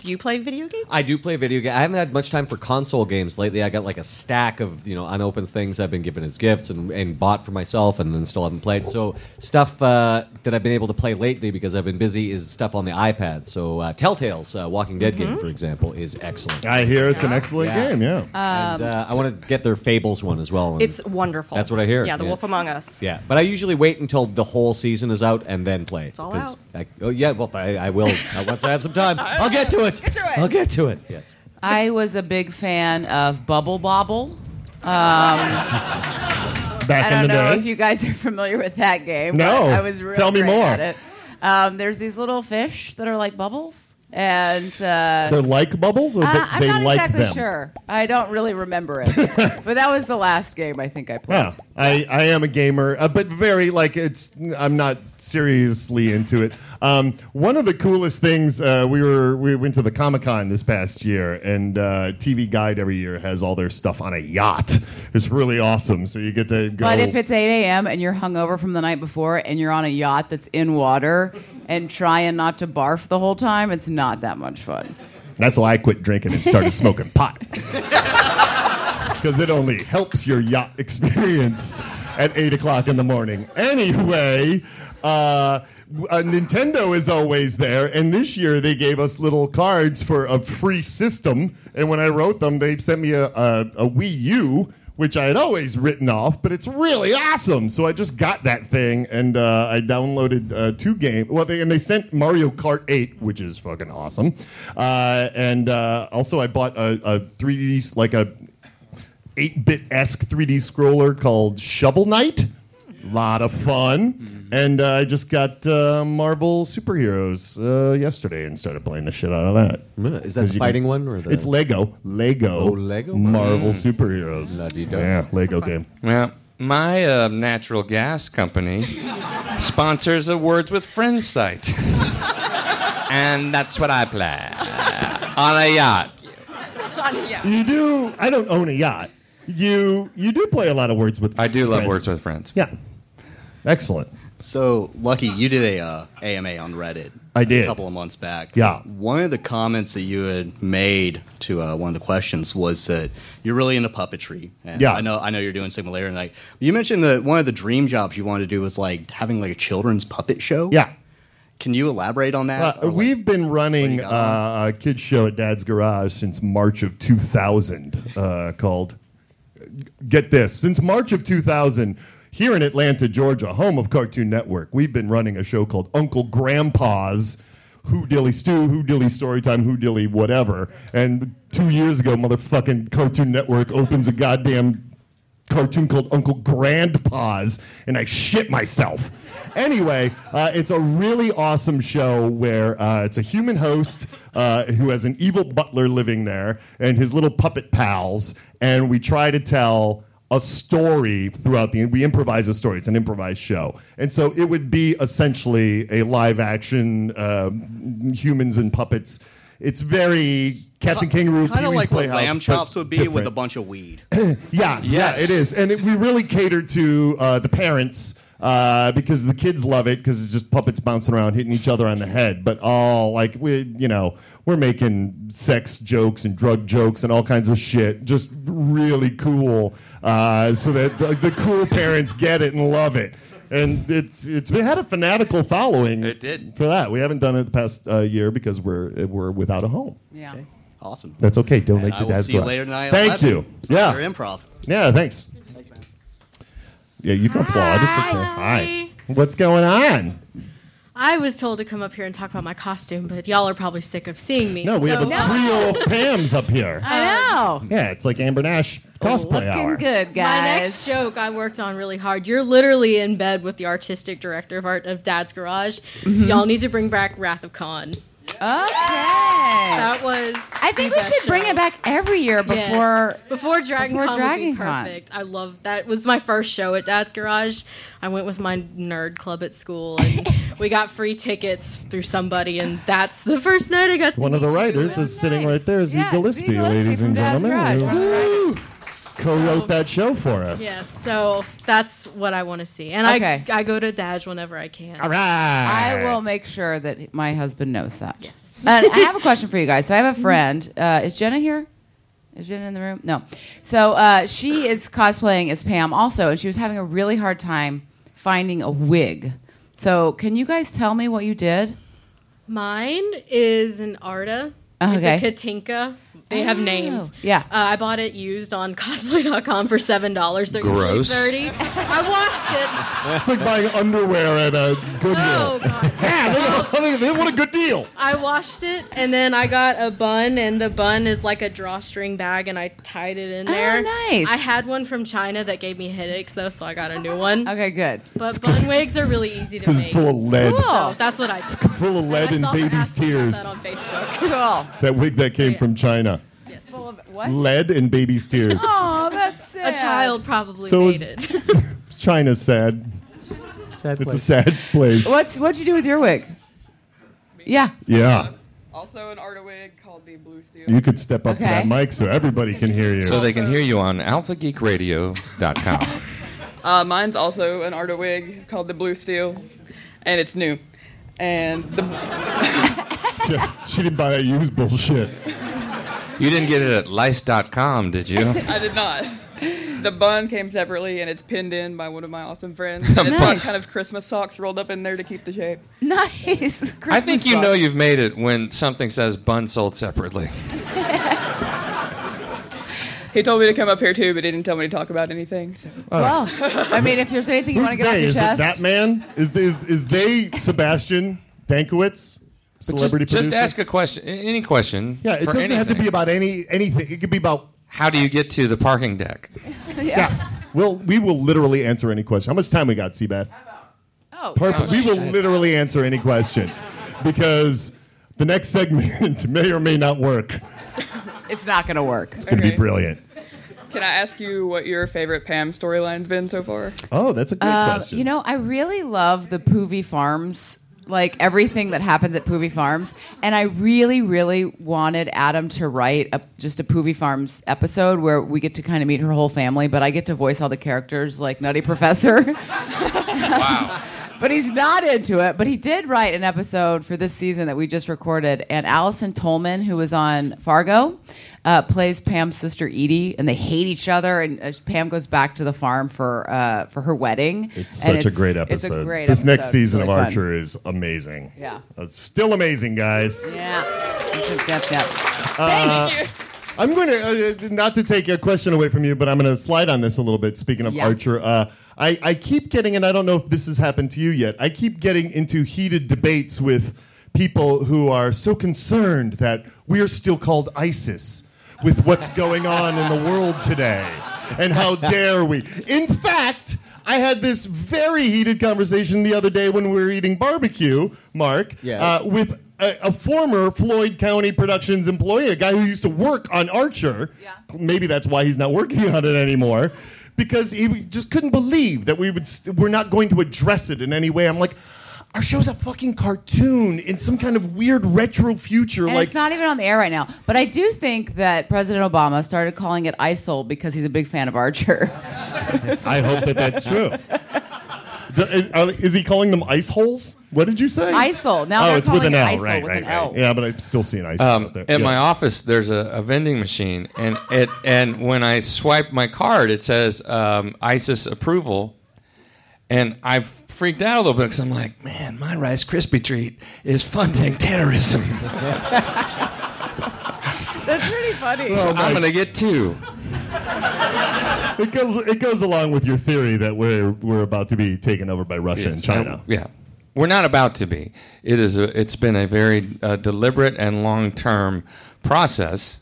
[SPEAKER 9] do you play video games?
[SPEAKER 7] I do play video games. I haven't had much time for console games lately. I got like a stack of you know unopened things I've been given as gifts and, and bought for myself, and then still haven't played. So stuff uh, that I've been able to play lately because I've been busy is stuff on the iPad. So uh, Telltale's uh, Walking Dead
[SPEAKER 9] Mm-hmm.
[SPEAKER 7] game, for example, is excellent.
[SPEAKER 3] I hear it's an excellent
[SPEAKER 7] Yeah.
[SPEAKER 3] game. Yeah.
[SPEAKER 7] and uh, I want to get their Fables one as well. and-
[SPEAKER 9] It's wonderful.
[SPEAKER 7] That's what I hear,
[SPEAKER 9] Yeah, The
[SPEAKER 7] yeah.
[SPEAKER 9] Wolf Among Us.
[SPEAKER 7] yeah, but I usually wait until the whole season is out and then play. It's
[SPEAKER 9] all out.
[SPEAKER 7] I, oh yeah, well I, I will uh, once I have some time. I'll get to it.
[SPEAKER 9] Get to it.
[SPEAKER 7] I'll get to it. Yes.
[SPEAKER 4] I was a big fan of Bubble Bobble. Um,
[SPEAKER 3] back
[SPEAKER 4] I
[SPEAKER 3] in
[SPEAKER 4] don't
[SPEAKER 3] the
[SPEAKER 4] know
[SPEAKER 3] day.
[SPEAKER 4] if you guys are familiar with that game.
[SPEAKER 3] No.
[SPEAKER 4] but I was really
[SPEAKER 3] Tell me
[SPEAKER 4] great
[SPEAKER 3] more.
[SPEAKER 4] At it. Um, there's these little fish that are like bubbles, and uh,
[SPEAKER 3] They're like bubbles, or they,
[SPEAKER 4] Uh, I'm
[SPEAKER 3] they
[SPEAKER 4] not
[SPEAKER 3] like
[SPEAKER 4] exactly
[SPEAKER 3] them.
[SPEAKER 4] sure. I don't really remember it, but that was the last game I think I played.
[SPEAKER 3] Yeah, I, I am a gamer, uh, but very like it's. I'm not seriously into it. Um, one of the coolest things uh, we were we went to the Comic Con this past year, and uh, TV Guide every year has all their stuff on a yacht. It's really awesome. So you get to go.
[SPEAKER 4] But if it's 8 a.m. and you're hungover from the night before and you're on a yacht that's in water and trying not to barf the whole time, it's not that much fun.
[SPEAKER 3] that's why I quit drinking and started smoking pot. Because it only helps your yacht experience at 8 o'clock in the morning. Anyway, uh, w- uh, Nintendo is always there, and this year they gave us little cards for a free system. And when I wrote them, they sent me a, a, a Wii U, which I had always written off, but it's really awesome. So I just got that thing, and uh, I downloaded uh, two games. Well, they, and they sent Mario Kart 8, which is fucking awesome. Uh, and uh, also, I bought a, a 3D, like a 8 bit esque 3D scroller called Shovel Knight. Lot of fun.
[SPEAKER 7] Mm-hmm.
[SPEAKER 3] And uh, I just got uh, Marvel superheroes uh, yesterday and started playing the shit out of that.
[SPEAKER 7] Is that
[SPEAKER 3] 'Cause
[SPEAKER 7] the
[SPEAKER 3] you
[SPEAKER 7] fighting
[SPEAKER 3] can-
[SPEAKER 7] one or the?
[SPEAKER 3] It's Lego. Lego.
[SPEAKER 7] Oh, Lego? Mm.
[SPEAKER 3] Marvel superheroes.
[SPEAKER 7] La-di-da.
[SPEAKER 3] Yeah, Lego game.
[SPEAKER 2] Well, my uh, natural gas company sponsors a Words with Friends site. and that's what I play on a yacht.
[SPEAKER 9] yeah.
[SPEAKER 3] You do. I don't own a yacht. Uh, You you do play a lot of words with.
[SPEAKER 2] I do love
[SPEAKER 3] friends.
[SPEAKER 2] Words with Friends.
[SPEAKER 3] Yeah. Excellent.
[SPEAKER 10] So, Lucky, you did a uh, AMA on Reddit.
[SPEAKER 3] I did.
[SPEAKER 10] A couple of months back.
[SPEAKER 3] Yeah.
[SPEAKER 10] One of the comments that you had made to uh, one of the questions was that you're really into puppetry. And
[SPEAKER 3] Yeah.
[SPEAKER 10] I know. I know you're doing Sigma later, and like you mentioned that one of the dream jobs you wanted to do was like having like a children's puppet show.
[SPEAKER 3] Yeah.
[SPEAKER 10] Can you elaborate on that?
[SPEAKER 3] Uh,
[SPEAKER 10] Or, like-
[SPEAKER 3] we've been running
[SPEAKER 10] you got
[SPEAKER 3] uh, a kids show at Dad's Garage since March of 2000, uh, called Get This. Since March of 2000, here in Atlanta, Georgia, home of Cartoon Network, we've been running a show called Uncle Grandpa's Who Dilly Stew, Who Dilly Storytime, Who Dilly Whatever. And two years ago, motherfucking Cartoon Network opens a goddamn cartoon called Uncle Grandpa's, and I shit myself. Anyway, uh, it's a really awesome show where uh, it's a human host uh, who has an evil butler living there and his little puppet pals, and we try to tell a story throughout the we improvise a story it's an improvised show and so it would be essentially a live action uh, humans and puppets it's very captain kangaroo
[SPEAKER 10] Kind of
[SPEAKER 3] Pee-wee's
[SPEAKER 10] like what
[SPEAKER 3] Playhouse,
[SPEAKER 10] lamb
[SPEAKER 3] but
[SPEAKER 10] chops would be with
[SPEAKER 3] different.
[SPEAKER 10] a bunch of weed.
[SPEAKER 3] Yeah,
[SPEAKER 2] Yes.
[SPEAKER 3] yeah, it is, and it, we really cater to uh, the parents uh, because the kids love it because it's just puppets bouncing around hitting each other on the head. But all like we, you know, we're making sex jokes and drug jokes and all kinds of shit, just really cool, uh, so that the, the cool parents get it and love it. And it's it's we had a fanatical following.
[SPEAKER 2] It did.
[SPEAKER 3] for that. We haven't done it the past uh, year because we're we're without a home.
[SPEAKER 4] Yeah.
[SPEAKER 10] Awesome.
[SPEAKER 3] That's okay. Donate
[SPEAKER 10] I
[SPEAKER 3] to
[SPEAKER 10] will
[SPEAKER 3] Dad's
[SPEAKER 10] see you
[SPEAKER 3] Garage.
[SPEAKER 10] later tonight at
[SPEAKER 3] Thank
[SPEAKER 10] 11.
[SPEAKER 3] you. Yeah.
[SPEAKER 10] Your improv.
[SPEAKER 3] Yeah, thanks. Yeah, you can applaud. It's okay. Hi. What's going on?
[SPEAKER 11] I was told to come up here and talk about my costume, but y'all are probably sick of seeing me.
[SPEAKER 3] No, we have a
[SPEAKER 11] so-
[SPEAKER 3] trio of Pams up here.
[SPEAKER 11] uh,
[SPEAKER 4] I know.
[SPEAKER 3] Yeah, it's like Amber Nash cosplay
[SPEAKER 4] Looking
[SPEAKER 3] hour.
[SPEAKER 4] good,
[SPEAKER 11] My
[SPEAKER 4] guys.
[SPEAKER 11] next joke I worked on really hard. You're literally in bed with the artistic director of art of Dad's Garage. Y'all need to bring back Wrath of Khan.
[SPEAKER 4] Mm-hmm. Okay.
[SPEAKER 11] That was.
[SPEAKER 4] I think we should bring it back every year
[SPEAKER 11] Yes.
[SPEAKER 4] before.
[SPEAKER 11] Before Dragon
[SPEAKER 4] Before
[SPEAKER 11] Con
[SPEAKER 4] Dragon
[SPEAKER 11] would be
[SPEAKER 4] Con.
[SPEAKER 11] perfect. I love that. was my first show at Dad's Garage. I went with my nerd club at school, and we got free tickets through somebody, and that's the first night I got to
[SPEAKER 3] One of the
[SPEAKER 11] meet you.
[SPEAKER 3] writers is sitting right there, Zeke
[SPEAKER 4] Yeah,
[SPEAKER 3] Gillespie,
[SPEAKER 4] Zeke Gillespie
[SPEAKER 3] ladies and
[SPEAKER 4] from Dad's
[SPEAKER 3] gentlemen.
[SPEAKER 4] Garage.
[SPEAKER 3] Woo! Co-wrote that show for us.
[SPEAKER 11] Yeah, so that's what I want to see. And
[SPEAKER 4] Okay.
[SPEAKER 11] I, I go to Daj whenever I can.
[SPEAKER 3] All right.
[SPEAKER 4] I will make sure that my husband knows that. Yes. and I have a question for you guys. So I have a friend. Uh, is Jenna here? Is Jenna in the room? No. So uh, she is cosplaying as Pam also, and she was having a really hard time finding a wig. So can you guys tell me what you did?
[SPEAKER 11] Mine is an Arda.
[SPEAKER 4] Oh, Okay.
[SPEAKER 11] It's a Katinka. They have
[SPEAKER 4] Oh,
[SPEAKER 11] names.
[SPEAKER 4] yeah.
[SPEAKER 11] Uh, I bought it used on cosplay.com for seven dollars. They're
[SPEAKER 2] Gross.
[SPEAKER 11] usually thirty. I washed
[SPEAKER 3] It's
[SPEAKER 11] it.
[SPEAKER 3] like buying underwear at a Goodwill.
[SPEAKER 11] Oh god.
[SPEAKER 3] Yeah, look at- look at- what a good deal.
[SPEAKER 11] I washed it and then I got a bun and the bun is like a drawstring bag and I tied it in
[SPEAKER 4] Oh,
[SPEAKER 11] there.
[SPEAKER 4] nice.
[SPEAKER 11] I had one from China that gave me headaches though, so I got a new one.
[SPEAKER 4] Okay, good.
[SPEAKER 11] But bun wigs are really easy to
[SPEAKER 3] Because it's
[SPEAKER 11] make.
[SPEAKER 3] full of lead.
[SPEAKER 11] So
[SPEAKER 4] Cool.
[SPEAKER 11] that's what I did.
[SPEAKER 3] Full of lead and
[SPEAKER 11] I saw her
[SPEAKER 3] baby's
[SPEAKER 11] asking about
[SPEAKER 3] tears.
[SPEAKER 11] That on Facebook.
[SPEAKER 4] Cool.
[SPEAKER 3] That wig that came
[SPEAKER 11] Yeah.
[SPEAKER 3] from China.
[SPEAKER 4] Full of what?
[SPEAKER 3] Lead and baby's tears.
[SPEAKER 4] Oh, that's sad.
[SPEAKER 11] A child probably
[SPEAKER 3] So
[SPEAKER 11] made
[SPEAKER 3] is-
[SPEAKER 11] it.
[SPEAKER 3] China's sad. It's
[SPEAKER 7] Sad
[SPEAKER 3] a
[SPEAKER 7] place.
[SPEAKER 3] sad place.
[SPEAKER 4] What's what'd you do with your wig? Yeah.
[SPEAKER 3] Yeah.
[SPEAKER 5] Also, an art wig called the Blue Steel.
[SPEAKER 3] You could step up to that
[SPEAKER 4] Okay.
[SPEAKER 3] mic so everybody can hear you.
[SPEAKER 2] So they can hear you on alphageekradio.com.
[SPEAKER 5] Uh, mine's also an art wig called the Blue Steel, and it's new. And the
[SPEAKER 3] she, she didn't buy that used bullshit.
[SPEAKER 2] you didn't get it at lice.com, did you?
[SPEAKER 5] I did not. The bun came separately, and it's pinned in by one of my awesome friends. And it's got
[SPEAKER 2] Nice.
[SPEAKER 5] kind of Christmas socks rolled up in there to keep the shape.
[SPEAKER 4] Nice.
[SPEAKER 2] I think
[SPEAKER 4] Christmas
[SPEAKER 2] you
[SPEAKER 4] book.
[SPEAKER 2] know you've made it when something says bun sold separately.
[SPEAKER 5] He told me to come up here too, but he didn't tell me to talk about anything. So.
[SPEAKER 4] Well, I mean, if there's anything you want
[SPEAKER 3] Who's
[SPEAKER 4] to get off
[SPEAKER 3] they?
[SPEAKER 4] your
[SPEAKER 3] Is it
[SPEAKER 4] chest,
[SPEAKER 3] that man? Is is is they Sebastian Dankowitz,
[SPEAKER 2] But
[SPEAKER 3] celebrity
[SPEAKER 2] just, just
[SPEAKER 3] producer?
[SPEAKER 2] ask a question, a- any question.
[SPEAKER 3] yeah, it
[SPEAKER 2] for
[SPEAKER 3] doesn't have to
[SPEAKER 2] anything.
[SPEAKER 3] be about any anything. It could be about
[SPEAKER 2] How do you get to the parking deck?
[SPEAKER 3] yeah. Well, we will literally answer any question. How much time we got, Seabass?
[SPEAKER 9] Oh,
[SPEAKER 3] Perfect. We will
[SPEAKER 9] shit.
[SPEAKER 3] literally answer any question because the next segment may or may not work.
[SPEAKER 4] It's not going to work.
[SPEAKER 3] It's going to be brilliant.
[SPEAKER 5] Can I ask you what your favorite Pam storyline's been so far?
[SPEAKER 3] Oh, that's a great
[SPEAKER 4] Uh,
[SPEAKER 3] question.
[SPEAKER 4] you know, I really love the Poovy Farms, like everything that happens at Poovy Farms, and I really, really wanted Adam to write a, just a Poovy Farms episode where we get to kind of meet her whole family, but I get to voice all the characters, like Nutty Professor. But he's not into it. But he did write an episode for this season that we just recorded, and Allison Tolman, who was on Fargo, uh, plays Pam's sister Edie, and they hate each other. And uh, Pam goes back to the farm for uh, for her wedding.
[SPEAKER 3] It's
[SPEAKER 4] and
[SPEAKER 3] such a great episode.
[SPEAKER 4] It's a great
[SPEAKER 3] this
[SPEAKER 4] episode.
[SPEAKER 3] next season
[SPEAKER 4] It's
[SPEAKER 3] of
[SPEAKER 4] really fun.
[SPEAKER 3] Archer is amazing.
[SPEAKER 4] Yeah.
[SPEAKER 3] It's still amazing, guys.
[SPEAKER 4] Yeah. You should get that.
[SPEAKER 3] Uh,
[SPEAKER 4] Thank you.
[SPEAKER 3] I'm going to, uh, not to take a question away from you, but I'm going to slide on this a little bit. Speaking of
[SPEAKER 4] Yeah.
[SPEAKER 3] Archer, uh, I, I keep getting, and I don't know if this has happened to you yet, I keep getting into heated debates with people who are so concerned that we're still called ISIS with what's going on in the world today. And how dare we? In fact, I had this very heated conversation the other day when we were eating barbecue, Mark,
[SPEAKER 7] Yes.
[SPEAKER 3] uh, with a, a former Floyd County Productions employee, a guy who used to work on Archer. Maybe that's why he's not working on it anymore, because he just couldn't believe that we would st- we're not going to address it in any way. I'm like, our show's a fucking cartoon in some kind of weird retro future.
[SPEAKER 4] And
[SPEAKER 3] like,
[SPEAKER 4] it's not even on the air right now. But I do think that President Obama started calling it ISIL because he's a big fan of Archer.
[SPEAKER 3] I hope that that's true. The- uh, Is he calling them ice holes? What did you say?
[SPEAKER 4] ISIL. Now
[SPEAKER 3] oh,
[SPEAKER 4] they're
[SPEAKER 3] it's with an
[SPEAKER 4] calling
[SPEAKER 3] L,
[SPEAKER 4] it ISIL
[SPEAKER 3] right,
[SPEAKER 4] with
[SPEAKER 3] right,
[SPEAKER 4] an
[SPEAKER 3] right.
[SPEAKER 4] L.
[SPEAKER 3] Yeah, but I'm still seeing ice.
[SPEAKER 2] Um,
[SPEAKER 3] out there.
[SPEAKER 2] at my
[SPEAKER 3] Yes.
[SPEAKER 2] office, there's a, a vending machine, and it and when I swipe my card, it says um, ISIS approval, and I freaked out a little bit because I'm like, man, my Rice Krispie treat is funding terrorism.
[SPEAKER 4] That's pretty funny.
[SPEAKER 2] So I'm gonna get two.
[SPEAKER 3] it goes it goes along with your theory that we're we're about to be taken over by Russia and
[SPEAKER 2] Yes,
[SPEAKER 3] China.
[SPEAKER 2] and- yeah, we're not about to be. It is. A, it's been a very uh, deliberate and long-term process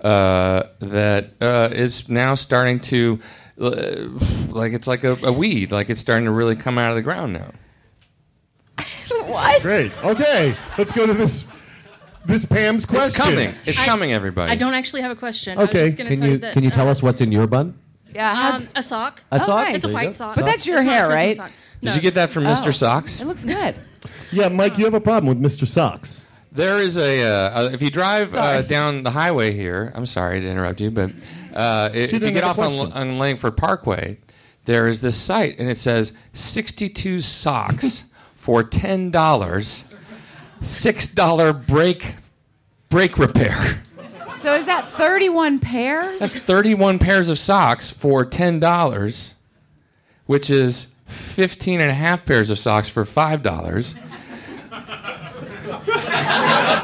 [SPEAKER 2] uh, that uh, is now starting to, uh, like, it's like a, a weed. Like it's starting to really come out of the ground now.
[SPEAKER 9] What?
[SPEAKER 3] Great. Okay, let's go to this this Pam's question.
[SPEAKER 2] It's coming. It's
[SPEAKER 11] I-
[SPEAKER 2] coming, everybody.
[SPEAKER 11] I don't actually have a question. I
[SPEAKER 3] Okay.
[SPEAKER 11] was just gonna
[SPEAKER 7] Can
[SPEAKER 11] tell you,
[SPEAKER 7] you
[SPEAKER 11] that,
[SPEAKER 7] can you tell
[SPEAKER 11] uh,
[SPEAKER 7] us what's in your bun?
[SPEAKER 4] Yeah, how'd-
[SPEAKER 11] Um, a sock.
[SPEAKER 7] A sock?
[SPEAKER 4] nice.
[SPEAKER 11] It's a
[SPEAKER 7] There you go.
[SPEAKER 11] white sock.
[SPEAKER 4] But that's your
[SPEAKER 11] It's not a
[SPEAKER 4] hair,
[SPEAKER 11] Christmas
[SPEAKER 4] right?
[SPEAKER 11] sock.
[SPEAKER 2] Did
[SPEAKER 11] No.
[SPEAKER 2] you get that from
[SPEAKER 4] Oh.
[SPEAKER 2] Mr. Socks?
[SPEAKER 4] It looks good.
[SPEAKER 3] Yeah, Mike, you have a problem with Mr. Socks.
[SPEAKER 2] There is a uh, uh, if you drive uh,
[SPEAKER 4] Sorry.
[SPEAKER 2] down the highway here. I'm sorry to interrupt you, but uh, if
[SPEAKER 3] didn't
[SPEAKER 2] you get off
[SPEAKER 3] have a
[SPEAKER 2] on,
[SPEAKER 3] question.
[SPEAKER 2] on Langford Parkway, there is this site, and it says 62 socks for ten dollars, six dollar brake brake repair.
[SPEAKER 4] So is that 31 pairs?
[SPEAKER 2] That's 31 pairs of socks for ten dollars, which is 15 and a half pairs of socks for five dollars,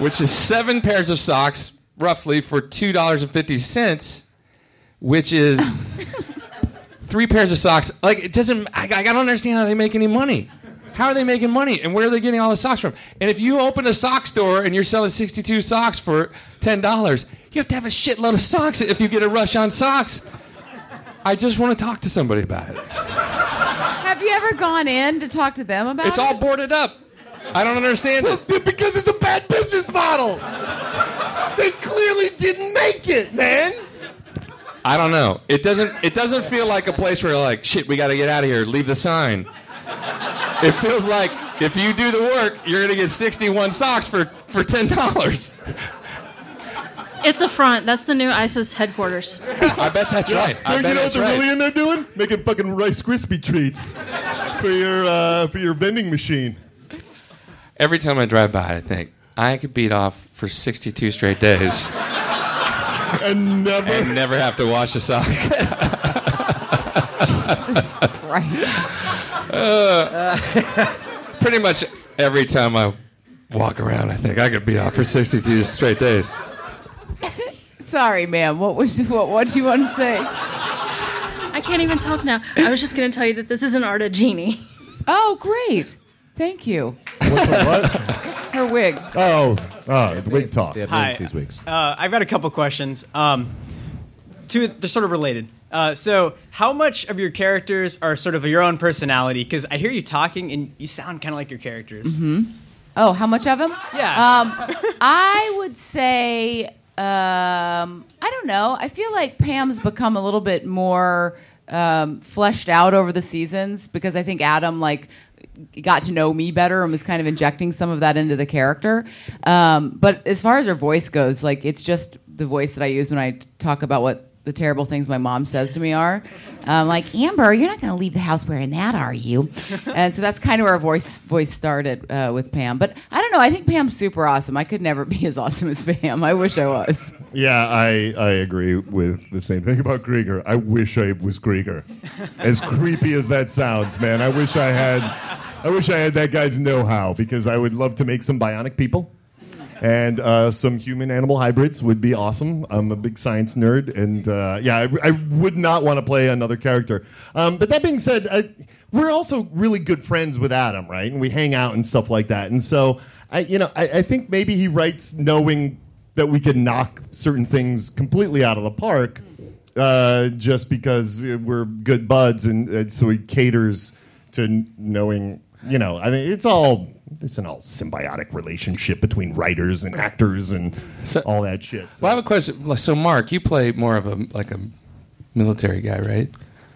[SPEAKER 2] which is seven pairs of socks roughly for two dollars and fifty cents, which is three pairs of socks. Like it doesn't. I, I don't understand how they make any money. How are they making money, and where are they getting all the socks from? And if you open a sock store and you're selling 62 socks for ten dollars, you have to have a shitload of socks if you get a rush on socks. I just want to talk to somebody about it.
[SPEAKER 4] Have you ever gone in to talk to them about
[SPEAKER 2] It's
[SPEAKER 4] it?
[SPEAKER 2] all boarded up. I don't understand it.
[SPEAKER 3] Because it's a bad business model. They clearly didn't make it, man.
[SPEAKER 2] I don't know. It doesn't. It doesn't feel like a place where you're like, shit, we got to get out of here. Leave the sign. It feels like if you do the work, you're gonna get 61 socks for for ten dollars.
[SPEAKER 11] It's a front. That's the new ISIS headquarters.
[SPEAKER 2] I bet that's right. I
[SPEAKER 3] you
[SPEAKER 2] bet
[SPEAKER 3] know what
[SPEAKER 2] that's
[SPEAKER 3] they're
[SPEAKER 2] right.
[SPEAKER 3] really in there doing? Making fucking Rice Krispie treats for your uh, for your vending machine.
[SPEAKER 2] Every time I drive by, I think I could beat off for 62 straight days
[SPEAKER 3] And never
[SPEAKER 2] and never have to wash a sock.
[SPEAKER 4] right.
[SPEAKER 2] Uh, Pretty much every time I walk around, I think I could beat off for 62 straight days.
[SPEAKER 4] Sorry, ma'am. What was what? What do you want to say?
[SPEAKER 11] I can't even talk now. I was just going to tell you that this is an Art of Genie.
[SPEAKER 4] Oh, great. Thank you.
[SPEAKER 3] What's the what?
[SPEAKER 4] Her wig.
[SPEAKER 3] Oh, oh, wig talk.
[SPEAKER 7] They have
[SPEAKER 12] Hi.
[SPEAKER 7] names these weeks.
[SPEAKER 12] Uh, I've got a couple questions. Um, two, they're sort of related. Uh, so, how much of your characters are sort of your own personality? Because I hear you talking and you sound kind of like your characters.
[SPEAKER 4] Mm-hmm. Oh, how much of them?
[SPEAKER 12] Yeah.
[SPEAKER 4] Um, I would say, um, I don't know. I feel like Pam's become a little bit more um, fleshed out over the seasons because I think Adam like got to know me better and was kind of injecting some of that into the character. Um, but as far as her voice goes, like it's just the voice that I use when I t- talk about what the terrible things my mom says to me are. Um, like Amber, you're not going to leave the house wearing that, are you? and so that's kind of where our voice voice started uh, with Pam. But I don't know. I think Pam's super awesome. I could never be as awesome as Pam. I wish I was.
[SPEAKER 3] Yeah, I, I agree with the same thing about Krieger. I wish I was Krieger. As creepy as that sounds, man, I wish I had I wish I had that guy's know-how because I would love to make some bionic people. And uh, some human animal hybrids would be awesome. I'm a big science nerd, and uh, yeah, I, I would not want to play another character. Um, but that being said, I, we're also really good friends with Adam, right? And we hang out and stuff like that. And so, I, you know, I, I think maybe he writes knowing that we can knock certain things completely out of the park uh, just because uh, we're good buds and, and so he caters to n- knowing you know i mean it's all it's an all symbiotic relationship between writers and actors and all that shit
[SPEAKER 2] Well, I have a question. Like, So, Mark, you play more of a like a military guy, right?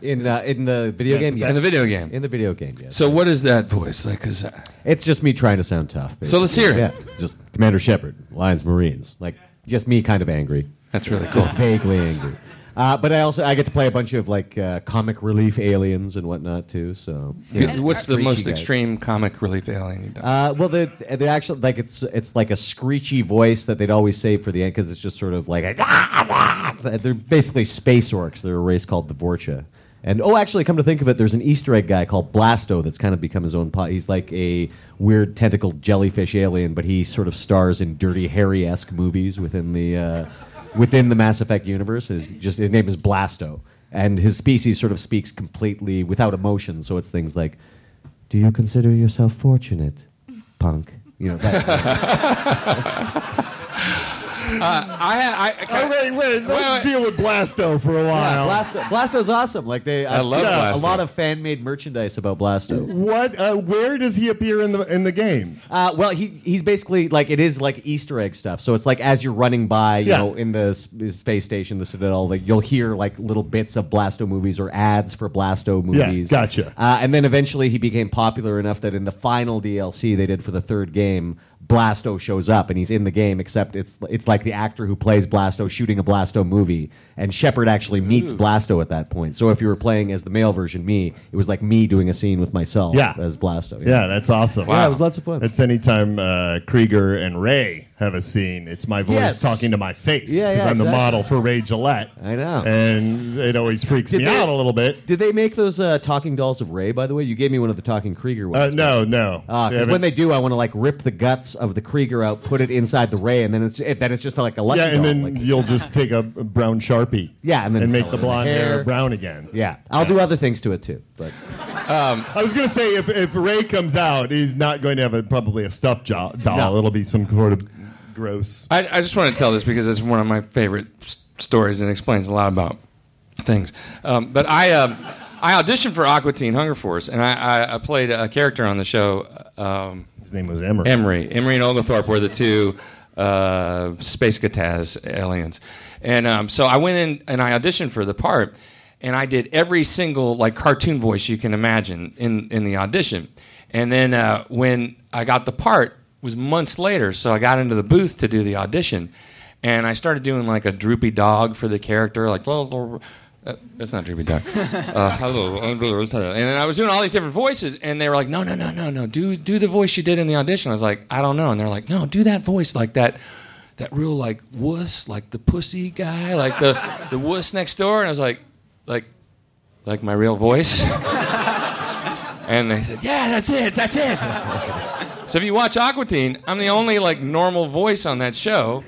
[SPEAKER 7] In uh, in the video
[SPEAKER 2] Yes,
[SPEAKER 7] game,
[SPEAKER 2] in
[SPEAKER 7] yes.
[SPEAKER 2] the video game.
[SPEAKER 7] In the video game, yes.
[SPEAKER 2] So, what is that voice like? Cause I-
[SPEAKER 7] It's just me trying to sound tough.
[SPEAKER 2] So let's hear it.
[SPEAKER 7] Yeah, just Commander Shepard, Lions Marines, like just me, kind of angry.
[SPEAKER 2] That's really
[SPEAKER 7] Just vaguely angry. Uh, but I also I get to play a bunch of like uh, comic relief aliens and whatnot too. So
[SPEAKER 2] Dude,
[SPEAKER 7] yeah.
[SPEAKER 2] what's the
[SPEAKER 7] Freaky
[SPEAKER 2] most
[SPEAKER 7] guys.
[SPEAKER 2] extreme comic relief alien you've done?
[SPEAKER 7] Uh, well, the the actual like it's it's like a screechy voice that they'd always save for the end because it's just sort of like a, they're basically space orcs. They're a race called the Vorcha. And oh, actually, come to think of it, there's an Easter egg guy called Blasto that's kind of become his own pot. He's like a weird tentacled jellyfish alien, but he sort of stars in Dirty Harry esque movies within the uh, within the Mass Effect universe. His just his name is Blasto, and his species sort of speaks completely without emotion. So it's things like do you consider yourself fortunate, punk? You know,
[SPEAKER 2] Uh, I, I,
[SPEAKER 3] wait, wait, let's deal with Blasto for a while.
[SPEAKER 7] Blasto, Blasto's awesome. Like they,
[SPEAKER 3] I love
[SPEAKER 7] yeah,
[SPEAKER 3] Blasto.
[SPEAKER 7] A lot of fan made merchandise about Blasto.
[SPEAKER 3] what? Uh, where does he appear in the in the games?
[SPEAKER 7] Uh, well, he he's basically like it is like Easter egg stuff. So it's like as you're running by, you
[SPEAKER 3] Yeah.
[SPEAKER 7] know, in the s- space station, the Citadel, like you'll hear like little bits of Blasto movies or ads for Blasto
[SPEAKER 3] Yeah,
[SPEAKER 7] movies.
[SPEAKER 3] gotcha.
[SPEAKER 7] Uh, and then eventually he became popular enough that in the final DLC they did for the third game, Blasto shows up and he's in the game. Except it's it's like the actor who plays Blasto shooting a Blasto movie, and Shepard actually meets
[SPEAKER 3] Ooh.
[SPEAKER 7] Blasto at that point. So if you were playing as the male version, me, it was like me doing a scene with myself
[SPEAKER 3] Yeah.
[SPEAKER 7] as Blasto.
[SPEAKER 3] Yeah, that's awesome.
[SPEAKER 7] Yeah, it was lots of fun.
[SPEAKER 3] That's anytime uh, Krieger and Ray have a scene. It's my voice
[SPEAKER 7] Yes.
[SPEAKER 3] talking to my face
[SPEAKER 7] Yeah, yeah,
[SPEAKER 3] I'm the
[SPEAKER 7] exactly.
[SPEAKER 3] model for Ray Gillette.
[SPEAKER 7] I know.
[SPEAKER 3] And it always freaks
[SPEAKER 7] Did
[SPEAKER 3] me
[SPEAKER 7] they-
[SPEAKER 3] out a little bit.
[SPEAKER 7] Did they make those uh, talking dolls of Ray? By the way, you gave me one of the talking Krieger
[SPEAKER 3] Uh,
[SPEAKER 7] ones.
[SPEAKER 3] no, no.
[SPEAKER 7] Ah, 'cause
[SPEAKER 3] Yeah, but-
[SPEAKER 7] when they do, I want to like rip the guts of the Krieger out, put it inside the Ray, and then it's it, then it's just like a lucky
[SPEAKER 3] yeah, and
[SPEAKER 7] doll.
[SPEAKER 3] then
[SPEAKER 7] like-
[SPEAKER 3] you'll just take a a brown sharpie.
[SPEAKER 7] yeah, and then
[SPEAKER 3] and make
[SPEAKER 7] color
[SPEAKER 3] the blonde hair.
[SPEAKER 7] hair.
[SPEAKER 3] brown again.
[SPEAKER 7] Yeah, I'll do other things to it too. But Um,
[SPEAKER 3] I was gonna say if if Ray comes out, he's not going to have a, probably a stuffed jo- doll. It'll be some sort of gross.
[SPEAKER 2] I, I just want to tell this because it's one of my favorite s- stories and explains a lot about things. Um, but I um I auditioned for Aqua Teen Hunger Force and I, I, I played a character on the show. Um,
[SPEAKER 3] His name was Emery.
[SPEAKER 2] Emery. Emery and Oglethorpe were the two uh, space Kataz aliens. And um, so I went in and I auditioned for the part and I did every single like cartoon voice you can imagine in in the audition. And then uh, when I got the part it was months later, so I got into the booth to do the audition, and I started doing like a droopy dog for the character, like blah, blah, blah. Uh, that's not droopy dog. Uh, hello, I'm Blue Rose. and then I was doing all these different voices, and they were like, no, no, no, no, no, do do the voice you did in the audition. I was like, I don't know, and they're like, no, do that voice like that that real like wuss, like the pussy guy, like the the wuss next door, and I was like, like, like my real voice. and they said, yeah, that's it, that's it. so if you watch Aquatine, I'm the only like normal voice on that show,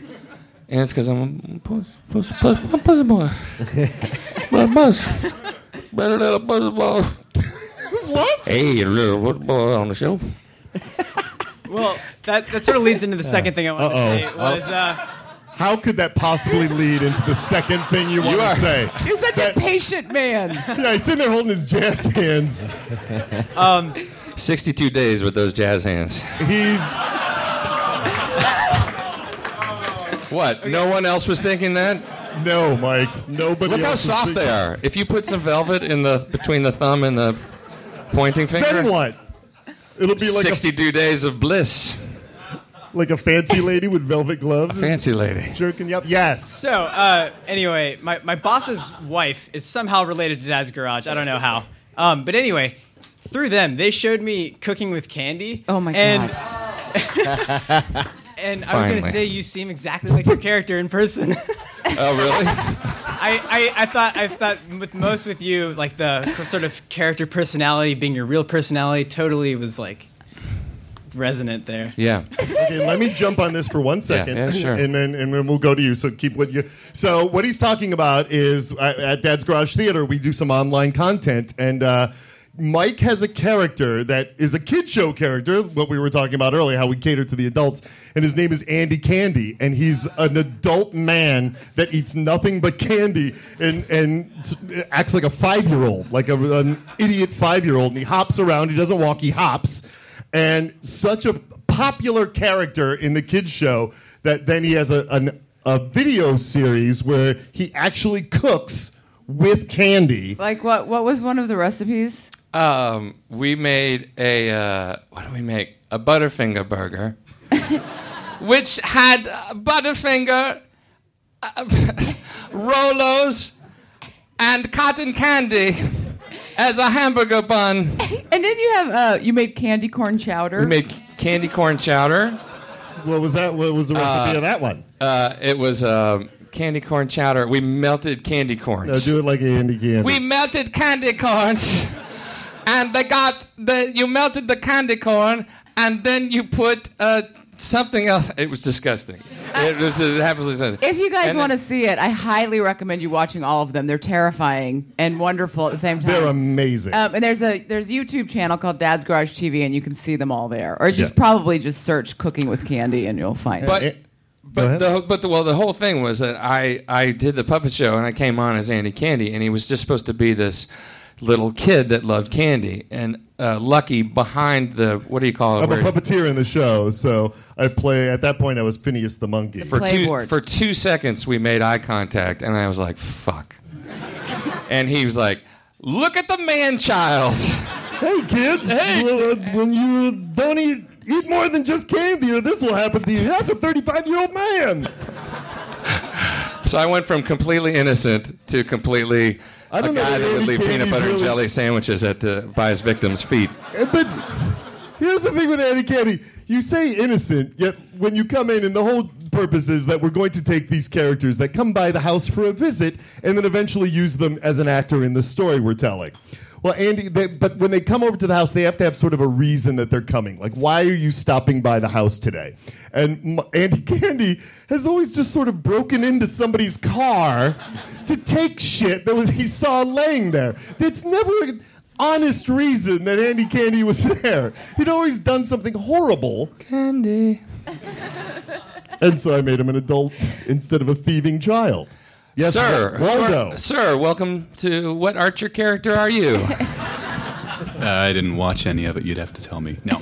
[SPEAKER 2] and it's because I'm a puss, puss, puss, puss, puss boy, but puss, but a little puss boy.
[SPEAKER 12] What?
[SPEAKER 2] Hey, a little puss boy on the show.
[SPEAKER 12] Well, that, that sort of leads into the second thing I wanted
[SPEAKER 2] Uh-oh.
[SPEAKER 12] to say was uh,
[SPEAKER 3] How could that possibly lead into the second thing you, want
[SPEAKER 4] are-
[SPEAKER 3] to say?
[SPEAKER 4] You're such
[SPEAKER 3] That-
[SPEAKER 4] a patient man.
[SPEAKER 3] Yeah, he's sitting there holding his jazz hands.
[SPEAKER 12] Um,
[SPEAKER 2] 62 days with those jazz hands.
[SPEAKER 3] He's
[SPEAKER 2] What? No one else was thinking that?
[SPEAKER 3] No, Mike. Nobody.
[SPEAKER 2] Look how
[SPEAKER 3] else was
[SPEAKER 2] soft they
[SPEAKER 3] thinking-
[SPEAKER 2] are. If you put some velvet in the between the thumb and the pointing finger.
[SPEAKER 3] Then what? It'll be like a-
[SPEAKER 2] 62 days of bliss.
[SPEAKER 3] like a fancy lady with velvet gloves.
[SPEAKER 2] A fancy lady.
[SPEAKER 3] Jerking you up. Yes.
[SPEAKER 12] So, uh, anyway, my, my boss's wife is somehow related to Dad's Garage. I don't know how. Um, but anyway, through them, they showed me cooking with candy. Oh my and, god. and I was
[SPEAKER 2] Finally.
[SPEAKER 12] gonna say you seem exactly like your character in person.
[SPEAKER 2] Oh, really?
[SPEAKER 12] I, I, I thought I thought with most with you like the sort of character personality being your real personality totally was like resonant there.
[SPEAKER 2] Yeah.
[SPEAKER 3] okay, let me jump on this for one second,
[SPEAKER 2] yeah, sure.
[SPEAKER 3] and then and then we'll go to you. So keep what you. So what he's talking about is uh, at Dad's Garage Theater, we do some online content, and uh, Mike has a character that is a kid show character. What we were talking about earlier, how we cater to the adults, and his name is Andy Candy, and he's an adult man that eats nothing but candy and and t- acts like a five year old, like a, an idiot five year old, and he hops around. He doesn't walk. He hops and such a popular character in the kids show that then he has a an, a video series where he actually cooks with candy.
[SPEAKER 4] Like what? What was one of the recipes?
[SPEAKER 2] Um, we made a uh, what do we make? A Butterfinger burger, which had uh, Butterfinger, uh, Rolos, and cotton candy as a hamburger bun.
[SPEAKER 4] And then you have uh, you made candy corn chowder.
[SPEAKER 2] We made candy corn chowder.
[SPEAKER 3] What was that? What was the recipe of that one?
[SPEAKER 2] Uh, it was um candy corn chowder. We melted candy corns.
[SPEAKER 3] No, do it like Andy Candy.
[SPEAKER 2] We melted candy corns, and they got the you melted the candy corn, and then you put uh, something else. It was disgusting. It was it absolutely disgusting.
[SPEAKER 4] If you guys
[SPEAKER 2] And
[SPEAKER 4] want to see it, I highly recommend you watching all of them. They're terrifying and wonderful at the same time.
[SPEAKER 3] They're amazing.
[SPEAKER 4] Um, and there's a there's a YouTube channel called Dad's Garage TV, and you can see them all there. Or just
[SPEAKER 2] Yeah.
[SPEAKER 4] probably just search "cooking with candy" and you'll find
[SPEAKER 2] But-
[SPEAKER 4] it.
[SPEAKER 2] But the, but the, well, the whole thing was that I, I did the puppet show and I came on as Andy Candy and he was just supposed to be this little kid that loved candy and uh, Lucky behind the what do you call it?
[SPEAKER 3] I'm a
[SPEAKER 2] where-
[SPEAKER 3] puppeteer in the show, so I play. At that point, I was Phineas the Monkey.
[SPEAKER 2] for two for two seconds we made eye contact and I was like fuck, and he was like look at the man child.
[SPEAKER 3] Hey kids, well, uh, when you don't eat eat more than just candy, or this will happen to you. That's a 35 year old man.
[SPEAKER 2] So I went from completely innocent to completely
[SPEAKER 3] I
[SPEAKER 2] a
[SPEAKER 3] don't know
[SPEAKER 2] guy
[SPEAKER 3] that
[SPEAKER 2] that would
[SPEAKER 3] Andy
[SPEAKER 2] leave peanut
[SPEAKER 3] Candy's
[SPEAKER 2] butter and
[SPEAKER 3] really-
[SPEAKER 2] jelly sandwiches at the by his victim's feet.
[SPEAKER 3] Uh, But here's the thing with Andy Candy. You say innocent, yet when you come in, and the whole purpose is that we're going to take these characters that come by the house for a visit and then eventually use them as an actor in the story we're telling. Well, Andy, they, but when they come over to the house, they have to have sort of a reason that they're coming. Like, why are you stopping by the house today? And M- Andy Candy has always just sort of broken into somebody's car to take shit that was he saw laying there. That's never honest reason that Andy Candy was there. He'd always done something horrible.
[SPEAKER 2] Candy.
[SPEAKER 3] And so I made him an adult instead of a thieving child. Yes,
[SPEAKER 2] sir.
[SPEAKER 3] Wa- Waldo.
[SPEAKER 2] Sir, sir, welcome to what Archer character are you?
[SPEAKER 13] Uh, I didn't watch any of it. You'd have to tell me. No.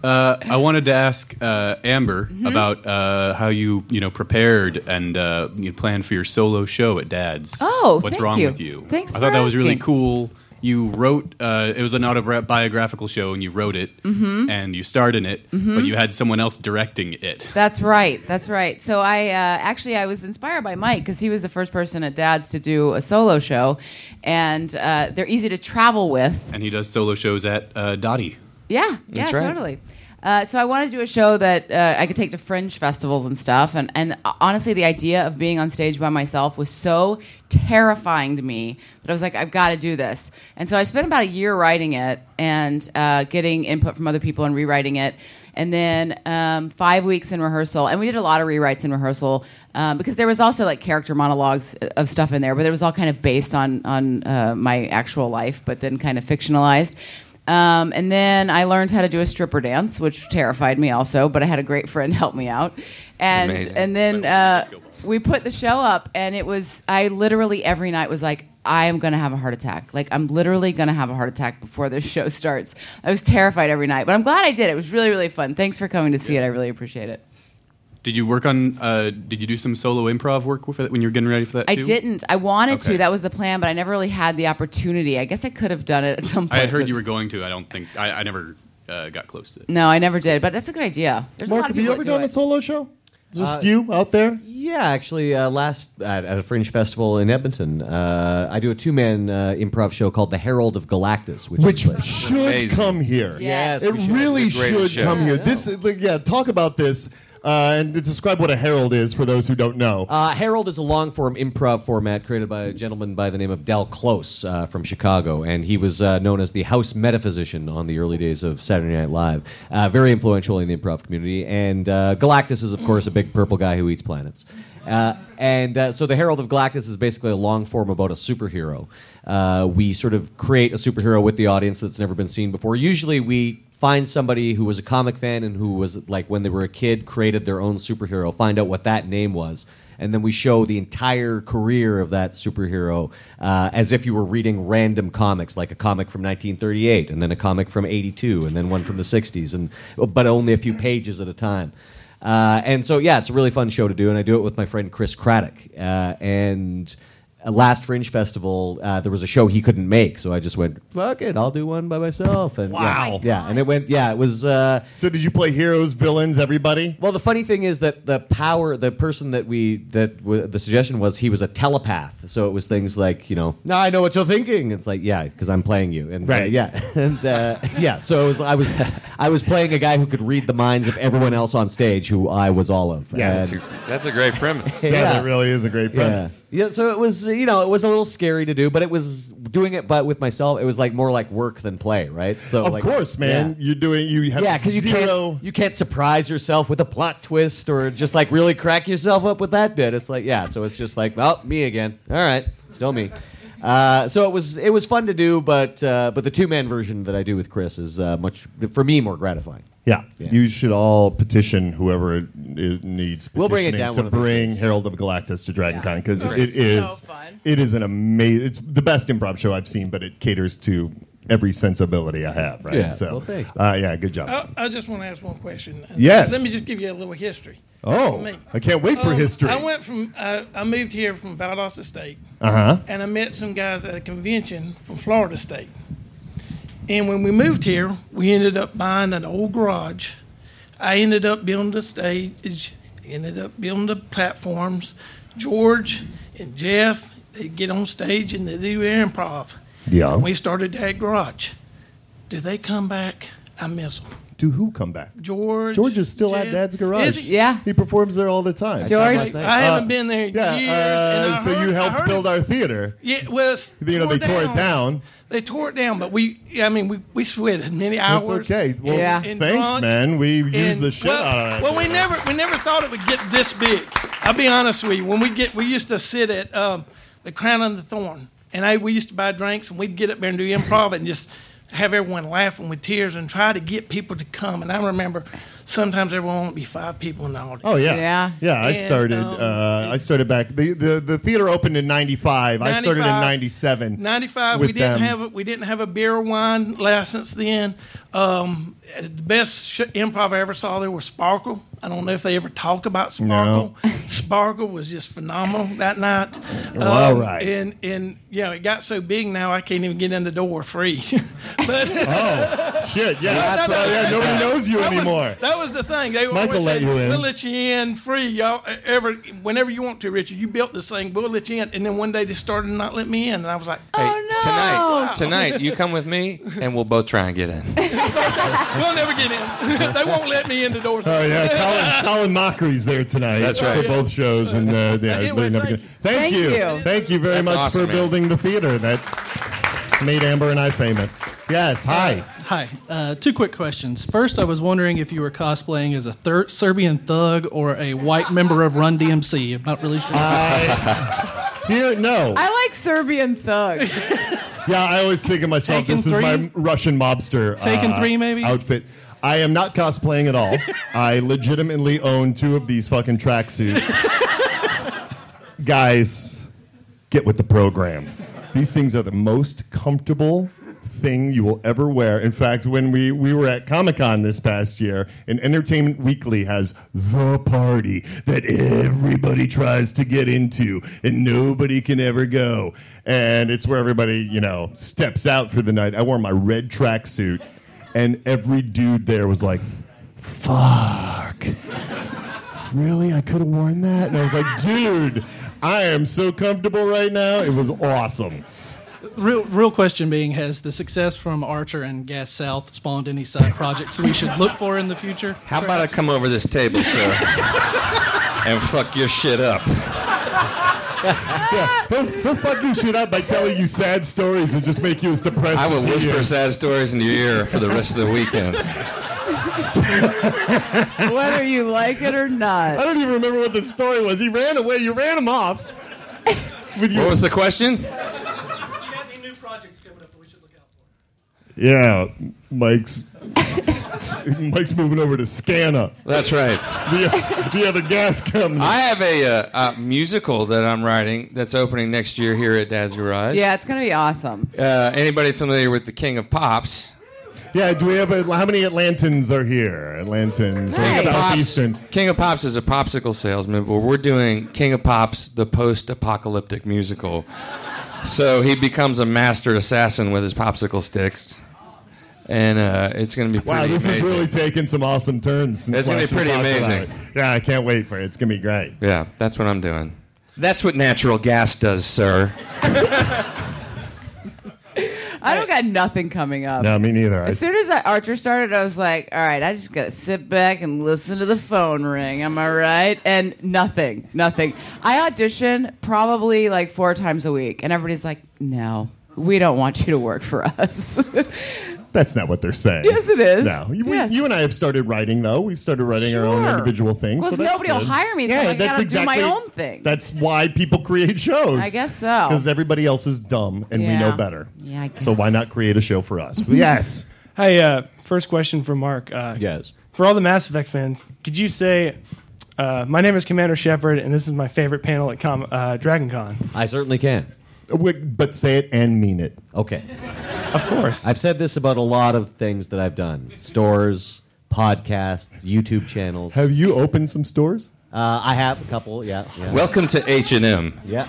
[SPEAKER 13] Uh, I wanted to ask uh, Amber
[SPEAKER 4] Mm-hmm.
[SPEAKER 13] about uh, how you you know prepared and uh, you planned for your solo show at Dad's.
[SPEAKER 4] Oh,
[SPEAKER 13] what's
[SPEAKER 4] thank
[SPEAKER 13] wrong
[SPEAKER 4] you.
[SPEAKER 13] with you?
[SPEAKER 4] Thanks
[SPEAKER 13] I thought
[SPEAKER 4] for
[SPEAKER 13] that was really
[SPEAKER 4] asking.
[SPEAKER 13] cool. You wrote uh, it was an autobiographical show, and you wrote it,
[SPEAKER 4] Mhm.
[SPEAKER 13] and you starred in it, but
[SPEAKER 4] Mhm.
[SPEAKER 13] you had someone else directing it.
[SPEAKER 4] That's right. That's right. So I uh, actually I was inspired by Mike because he was the first person at Dad's to do a solo show, and uh, they're easy to travel with.
[SPEAKER 13] And he does solo shows at uh, Dottie.
[SPEAKER 4] Yeah,
[SPEAKER 13] That's
[SPEAKER 4] yeah,
[SPEAKER 13] right.
[SPEAKER 4] totally. Uh, so I wanted to do a show that uh, I could take to fringe festivals and stuff, and and honestly, the idea of being on stage by myself was so terrifying to me that I was like, I've got to do this. And so I spent about a year writing it and uh, getting input from other people and rewriting it, and then um, five weeks in rehearsal, and we did a lot of rewrites in rehearsal um, because there was also like character monologues uh, of stuff in there, but it was all kind of based on on uh, my actual life, but then kind of fictionalized. Um, and then I learned how to do a stripper dance, which terrified me also, but I had a great friend help me out. And
[SPEAKER 5] Amazing.
[SPEAKER 4] and then uh, we put the show up and it was i literally every night was like i am going to have a heart attack like i'm literally going to have a heart attack before this show starts i was terrified every night but i'm glad i did it was really really fun thanks for coming to see it i really appreciate it
[SPEAKER 13] Did you work on? Uh, did you do some solo improv work for that when you were getting ready for that?
[SPEAKER 4] i
[SPEAKER 13] too?
[SPEAKER 4] didn't i wanted
[SPEAKER 13] Okay.
[SPEAKER 4] to that was the plan but i never really had the opportunity i guess i could have done it at some point
[SPEAKER 13] I had heard
[SPEAKER 4] but-
[SPEAKER 13] you were going to. I don't think I, I never uh, got close to it.
[SPEAKER 4] no i never did but that's a good idea there's a
[SPEAKER 3] Mark,
[SPEAKER 4] lot
[SPEAKER 3] have
[SPEAKER 4] of
[SPEAKER 3] you
[SPEAKER 4] people
[SPEAKER 3] ever
[SPEAKER 4] that do
[SPEAKER 3] done
[SPEAKER 4] it.
[SPEAKER 3] a solo show? Just
[SPEAKER 7] Uh,
[SPEAKER 3] you out there?
[SPEAKER 7] Yeah, actually, uh, last at, at a fringe festival in Edmonton, uh, I do a two-man uh, improv show called The Herald of Galactus, which,
[SPEAKER 3] Which
[SPEAKER 7] is like-
[SPEAKER 3] should come here.
[SPEAKER 7] Yes,
[SPEAKER 3] it
[SPEAKER 7] we should.
[SPEAKER 3] really
[SPEAKER 7] It's the
[SPEAKER 3] should
[SPEAKER 7] greatest
[SPEAKER 3] come
[SPEAKER 7] show.
[SPEAKER 3] here. This, is like, yeah, talk about this uh, and describe what a herald is for those who don't know.
[SPEAKER 7] Uh, Herald is a long form improv format created by a gentleman by the name of Dal Close uh, from Chicago, and he was uh, known as the house metaphysician on the early days of Saturday Night Live. Uh, very influential in the improv community, and uh, Galactus is, of course, a big purple guy who eats planets. Uh, and uh, so the Herald of Galactus is basically a long form about a superhero. Uh, we sort of create a superhero with the audience that's never been seen before. Usually we find somebody who was a comic fan and who was like when they were a kid created their own superhero find out what that name was and then we show the entire career of that superhero uh, as if you were reading random comics like a comic from 1938 and then a comic from 82 and then one from the 60s and but only a few pages at a time uh, and so yeah it's a really fun show to do and i do it with my friend chris craddock uh, and uh, last fringe festival uh, there was a show he couldn't make so i just went
[SPEAKER 3] Oh
[SPEAKER 7] fuck it i'll do one by myself and
[SPEAKER 3] Wow.
[SPEAKER 7] yeah, yeah and it went yeah it was uh,
[SPEAKER 3] so did you play heroes villains everybody
[SPEAKER 7] well the funny thing is that the power the person that we that w- the suggestion was he was a telepath so it was things like you know now i know what you're thinking it's like yeah because i'm playing you and uh,
[SPEAKER 3] Right.
[SPEAKER 7] yeah and uh, yeah so it was, i was i was playing a guy who could read the minds of everyone else on stage who i was all of
[SPEAKER 14] Yeah, that's
[SPEAKER 7] And-
[SPEAKER 14] a, that's a great premise.
[SPEAKER 7] Yeah, Yeah. that
[SPEAKER 3] really is a great
[SPEAKER 7] yeah. Yeah, so it was, you know, it was a little scary to do, but it was doing it, but with myself, it was like more like work than play, right? So
[SPEAKER 3] of
[SPEAKER 7] like,
[SPEAKER 3] course, man. You're doing. You
[SPEAKER 7] Yeah,
[SPEAKER 3] have
[SPEAKER 7] yeah, because you
[SPEAKER 3] zero.
[SPEAKER 7] can't you can't surprise yourself with a plot twist or just like really crack yourself up with that bit. It's like yeah, so it's just like well, me again. All right, still me. Uh, so it was it was fun to do, but uh, but the two man version that I do with Chris is uh, much for me more gratifying.
[SPEAKER 3] Yeah. you should all petition whoever it it needs.
[SPEAKER 7] We'll bring it
[SPEAKER 3] petitioning
[SPEAKER 7] down one
[SPEAKER 3] to
[SPEAKER 7] of these
[SPEAKER 3] bring Herald of Galactus to DragonCon because
[SPEAKER 7] Great.
[SPEAKER 3] it is
[SPEAKER 7] So fun.
[SPEAKER 3] it is an amazing. It's the best improv show I've seen, but it caters to every sensibility I have. Right.
[SPEAKER 7] Yeah,
[SPEAKER 3] So,
[SPEAKER 7] well, thanks.
[SPEAKER 3] Uh, yeah. Good job.
[SPEAKER 7] Oh.
[SPEAKER 15] I, I just want to ask one question.
[SPEAKER 3] Yes.
[SPEAKER 15] Let me just give you a little history.
[SPEAKER 3] Oh,
[SPEAKER 15] Me.
[SPEAKER 3] I can't wait for
[SPEAKER 15] Um,
[SPEAKER 3] history.
[SPEAKER 15] I went from I, I moved here from Valdosta State,
[SPEAKER 3] Uh-huh.
[SPEAKER 15] and I met some guys at a convention from Florida State. And when we moved here, we ended up buying an old garage. I ended up building the stage, ended up building the platforms. George and Jeff, they get on stage and they do their improv.
[SPEAKER 3] Yeah.
[SPEAKER 15] And we started that garage. Do they come back? I miss them.
[SPEAKER 3] Do who come back?
[SPEAKER 15] George.
[SPEAKER 3] George is still at
[SPEAKER 15] Jeff-
[SPEAKER 3] Dad's garage.
[SPEAKER 15] Is he?
[SPEAKER 4] Yeah.
[SPEAKER 3] He performs there all the time. Uh,
[SPEAKER 15] I haven't been there in
[SPEAKER 3] Yeah,
[SPEAKER 15] years. and
[SPEAKER 3] uh,
[SPEAKER 15] I
[SPEAKER 3] so
[SPEAKER 15] heard-
[SPEAKER 3] you
[SPEAKER 15] I
[SPEAKER 3] helped
[SPEAKER 15] heard
[SPEAKER 3] build
[SPEAKER 15] it-
[SPEAKER 3] our theater.
[SPEAKER 15] Yeah, well, it's
[SPEAKER 3] You know, they tore it down.
[SPEAKER 15] They tore it down, but we, I mean, we, we sweated many
[SPEAKER 3] That's
[SPEAKER 15] hours.
[SPEAKER 3] okay. Well,
[SPEAKER 15] and
[SPEAKER 3] thanks,
[SPEAKER 15] drunk
[SPEAKER 3] man. We used
[SPEAKER 15] and-
[SPEAKER 3] the shit
[SPEAKER 15] well,
[SPEAKER 3] out of that.
[SPEAKER 15] Well, we never we never thought it would get this big. I'll be honest with you. When we get we used to sit at um, the Crown and the Thorn, and I we used to buy drinks, and we'd get up there and do improv and just have everyone laughing with tears and try to get people to come. And I remember sometimes everyone would be five people in the audience.
[SPEAKER 3] Oh yeah, yeah. I
[SPEAKER 15] And,
[SPEAKER 3] started.
[SPEAKER 15] um,
[SPEAKER 3] uh, I started back. The, the the theater opened in '95. I started in
[SPEAKER 15] 95.
[SPEAKER 3] '97.
[SPEAKER 15] 95 we
[SPEAKER 3] with
[SPEAKER 15] didn't
[SPEAKER 3] them.
[SPEAKER 15] have a, we didn't have a beer or wine license then um, the best sh- improv i ever saw there was sparkle i don't know if they ever talk about sparkle sparkle was just phenomenal that night Um,
[SPEAKER 3] Well, all right.
[SPEAKER 15] and and you know it got so big now i can't even get in the door free but
[SPEAKER 3] oh shit yeah,
[SPEAKER 15] No, no, no,
[SPEAKER 3] yeah,
[SPEAKER 15] no,
[SPEAKER 3] nobody
[SPEAKER 15] no.
[SPEAKER 3] knows you
[SPEAKER 15] That was-
[SPEAKER 3] anymore.
[SPEAKER 15] that was the thing they
[SPEAKER 3] Michael
[SPEAKER 15] always
[SPEAKER 3] let
[SPEAKER 15] say,
[SPEAKER 3] you in.
[SPEAKER 15] we'll let you in free y'all ever whenever you want to richard you built this thing we'll let you in and then one day they started to not let me in and i was like
[SPEAKER 2] Hey, tonight,
[SPEAKER 15] Wow.
[SPEAKER 2] tonight, you come with me, and we'll both try and get in.
[SPEAKER 15] We'll never get in. they won't let me in the doors.
[SPEAKER 3] Oh yeah, Colin, Colin Mockery's there tonight.
[SPEAKER 2] That's right.
[SPEAKER 3] For both shows, and uh, yeah, they're never gonna-
[SPEAKER 15] Thank
[SPEAKER 3] Thank you,
[SPEAKER 15] you.
[SPEAKER 3] thank you very
[SPEAKER 15] That's
[SPEAKER 3] much
[SPEAKER 15] awesome,
[SPEAKER 3] for
[SPEAKER 15] man.
[SPEAKER 3] building the theater that made Amber and I famous. Yes, hi.
[SPEAKER 16] Hi. Uh, two quick questions. First, I was wondering if you were cosplaying as a thir- Serbian thug or a white member of Run DMC. I'm not really sure.
[SPEAKER 3] Here, no.
[SPEAKER 4] i like serbian thug
[SPEAKER 3] Yeah, I always think of myself.
[SPEAKER 4] Taken
[SPEAKER 3] this
[SPEAKER 4] three?
[SPEAKER 3] is my Russian mobster. uh,
[SPEAKER 4] Taken three, maybe?
[SPEAKER 3] outfit. I am not cosplaying at all. I legitimately own two of these fucking tracksuits. guys, get with the program. These things are the most comfortable thing you will ever wear. In fact, when we, we were at Comic Con this past year, and Entertainment Weekly has the party that everybody tries to get into and nobody can ever go. And it's where everybody, you know, steps out for the night. I wore my red tracksuit, and every dude there was like, fuck. Really? I could have worn that? And I was like, dude, I am so comfortable right now. It was awesome.
[SPEAKER 16] Real, real question being, has the success from Archer and Gas South spawned any side projects we should look for in the future?
[SPEAKER 2] How about I come over this table, sir, and fuck your shit up?
[SPEAKER 3] yeah, he'll, he'll fuck you shit up by telling you sad stories and just make you as depressed
[SPEAKER 2] I will
[SPEAKER 3] as he
[SPEAKER 2] whisper
[SPEAKER 3] is.
[SPEAKER 2] sad stories in your ear for the rest of the weekend.
[SPEAKER 4] Whether you like it or not.
[SPEAKER 3] I don't even remember what the story was. He ran away. You ran him off.
[SPEAKER 2] What was the question?
[SPEAKER 3] Yeah, Mike's Mike's moving over to Scana.
[SPEAKER 2] That's right.
[SPEAKER 3] The, the other gas company.
[SPEAKER 2] I have a, uh, a musical that I'm writing that's opening next year here at Dad's Garage.
[SPEAKER 4] Yeah, it's gonna be awesome.
[SPEAKER 2] Uh, anybody familiar with the King of Pops?
[SPEAKER 3] Yeah, do we have a, how many Atlantans are here? Atlantans
[SPEAKER 2] King
[SPEAKER 3] or
[SPEAKER 2] of, Pops,
[SPEAKER 3] Southeastern?
[SPEAKER 2] King of Pops is a popsicle salesman, but we're doing King of Pops, the post apocalyptic musical. So he becomes a master assassin with his popsicle sticks. And uh, it's going to be pretty
[SPEAKER 3] Wow, this
[SPEAKER 2] amazing.
[SPEAKER 3] is really taking some awesome turns. Since
[SPEAKER 2] It's gonna
[SPEAKER 3] last
[SPEAKER 2] be
[SPEAKER 3] we
[SPEAKER 2] pretty
[SPEAKER 3] talked about
[SPEAKER 2] amazing.
[SPEAKER 3] it. Yeah, I can't wait for it. It's gonna be great.
[SPEAKER 2] yeah, that's what I'm doing. That's what natural gas does, sir.
[SPEAKER 4] I don't got nothing coming up.
[SPEAKER 3] No, me neither. I,
[SPEAKER 4] As soon as that Archer started, I was like, all right, I just got to sit back and listen to the phone ring. Am I right? And nothing, nothing. I audition probably like four times a week, and everybody's like, no, we don't want you to work for us.
[SPEAKER 3] that's not what they're saying.
[SPEAKER 4] Yes, it is.
[SPEAKER 3] No, you, we-
[SPEAKER 4] Yes.
[SPEAKER 3] you and I have started writing though. We've started writing our own
[SPEAKER 4] Sure.
[SPEAKER 3] individual things.
[SPEAKER 4] Well,
[SPEAKER 3] so
[SPEAKER 4] if
[SPEAKER 3] that's
[SPEAKER 4] nobody will
[SPEAKER 3] good.
[SPEAKER 4] hire me, so
[SPEAKER 3] Yeah,
[SPEAKER 4] I
[SPEAKER 3] that's
[SPEAKER 4] gotta do my
[SPEAKER 3] exactly,
[SPEAKER 4] own thing.
[SPEAKER 3] That's why people create shows.
[SPEAKER 4] I guess so.
[SPEAKER 3] Because everybody else is dumb and we know
[SPEAKER 4] Yeah.
[SPEAKER 3] better.
[SPEAKER 4] Yeah, I guess.
[SPEAKER 3] So why not create a show for us? Mm-hmm. yes.
[SPEAKER 17] Hey, uh, first question for Mark. Uh,
[SPEAKER 7] yes.
[SPEAKER 17] For all the Mass Effect fans, could you say, uh, "My name is Commander Shepard, and this is my favorite panel at Com- uh, Dragon Con"?
[SPEAKER 7] I certainly can.
[SPEAKER 3] Uh, But say it and mean it.
[SPEAKER 7] Okay.
[SPEAKER 17] Of course.
[SPEAKER 7] I've said this about a lot of things that I've done stores, podcasts, YouTube channels.
[SPEAKER 3] Have you opened some stores?
[SPEAKER 7] Uh, I have a couple, yeah. yeah.
[SPEAKER 2] Welcome to H&M.
[SPEAKER 7] Yeah.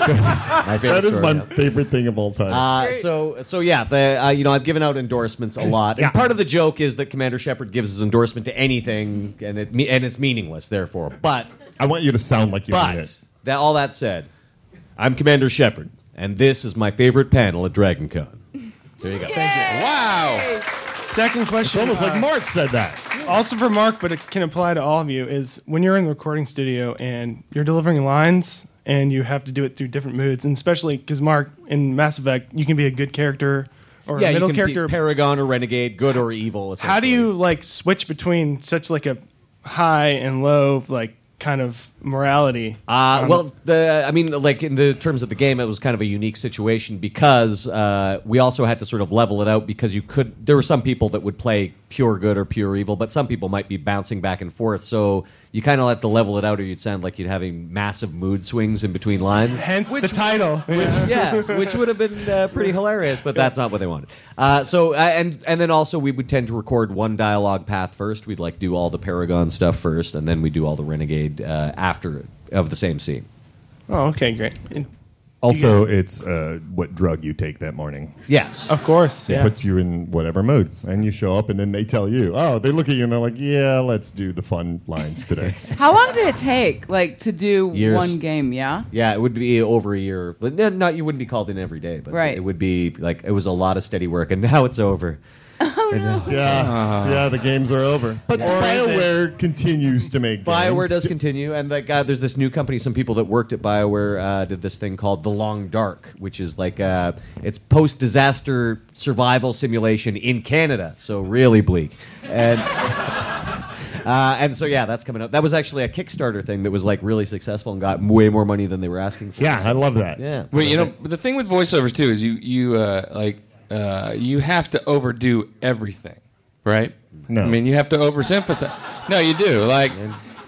[SPEAKER 3] my
[SPEAKER 7] favorite
[SPEAKER 3] that is
[SPEAKER 7] store,
[SPEAKER 3] my
[SPEAKER 7] yeah.
[SPEAKER 3] favorite thing of all time.
[SPEAKER 7] Uh, so so yeah, the, uh, you know I've given out endorsements a lot. And part of the joke is that Commander Shepard gives his endorsement to anything, and it me- and it's meaningless therefore. But
[SPEAKER 3] I want you to sound like you mean
[SPEAKER 7] but
[SPEAKER 3] it.
[SPEAKER 7] that all that said, I'm Commander Shepard, and this is my favorite panel at Dragon Con. There you go.
[SPEAKER 2] Wow.
[SPEAKER 17] Second question. uh,
[SPEAKER 3] almost like Mark said that.
[SPEAKER 17] Also for Mark, but it can apply to all of you. Is when you're in the recording studio and you're delivering lines, and you have to do it through different moods, and especially because Mark in Mass Effect, you can be a good character or
[SPEAKER 7] yeah,
[SPEAKER 17] a middle
[SPEAKER 7] you can be
[SPEAKER 17] character,
[SPEAKER 7] Paragon or Renegade, good or evil.
[SPEAKER 17] How do you like switch between such like a high and low like kind of morality?
[SPEAKER 7] Uh,
[SPEAKER 17] Um,
[SPEAKER 7] well, the I mean, like in the terms of the game, it was kind of a unique situation because uh, we also had to sort of level it out because you could. There were some people that would play pure good or pure evil, but some people might be bouncing back and forth. So you kind of had to level it out, or you'd sound like you'd having massive mood swings in between lines.
[SPEAKER 17] hence the title.
[SPEAKER 7] yeah, which would have been uh, pretty hilarious, but that's not what they wanted. Uh, so uh, and and then also we would tend to record one dialogue path first. We'd like do all the Paragon stuff first, and then we do all the Renegade uh, after of the same scene.
[SPEAKER 17] Oh, okay, great. And-
[SPEAKER 3] Also, it's uh, what drug you take that morning.
[SPEAKER 7] Yes.
[SPEAKER 17] Of course.
[SPEAKER 3] It
[SPEAKER 17] Yeah.
[SPEAKER 3] puts you in whatever mood, and you show up, and then they tell you, oh, they look at you and they're like, yeah, let's do the fun lines today.
[SPEAKER 4] How long did it take, like, to do
[SPEAKER 7] Years.
[SPEAKER 4] one game? Yeah.
[SPEAKER 7] Yeah, it would be over a year, but no, not you wouldn't be called in every day, but
[SPEAKER 4] Right.
[SPEAKER 7] it would be like it was a lot of steady work, and now it's over. Oh no!
[SPEAKER 3] yeah, yeah, the games are over. But
[SPEAKER 7] Yeah.
[SPEAKER 3] Bioware continues to make games.
[SPEAKER 7] Bioware does continue, and like uh, there's this new company. Some people that worked at Bioware uh, did this thing called The Long Dark, which is like uh, it's post-disaster survival simulation in Canada. So really bleak, and uh, and so yeah, that's coming up. That was actually a Kickstarter thing that was like really successful and got way more money than they were asking for.
[SPEAKER 3] Yeah, I love that.
[SPEAKER 7] Yeah.
[SPEAKER 2] Well, you know, but the thing with voiceovers too is you you uh, like uh, you have to overdo everything, right?
[SPEAKER 3] No.
[SPEAKER 2] I mean, you have to overemphasize. No, you do. Like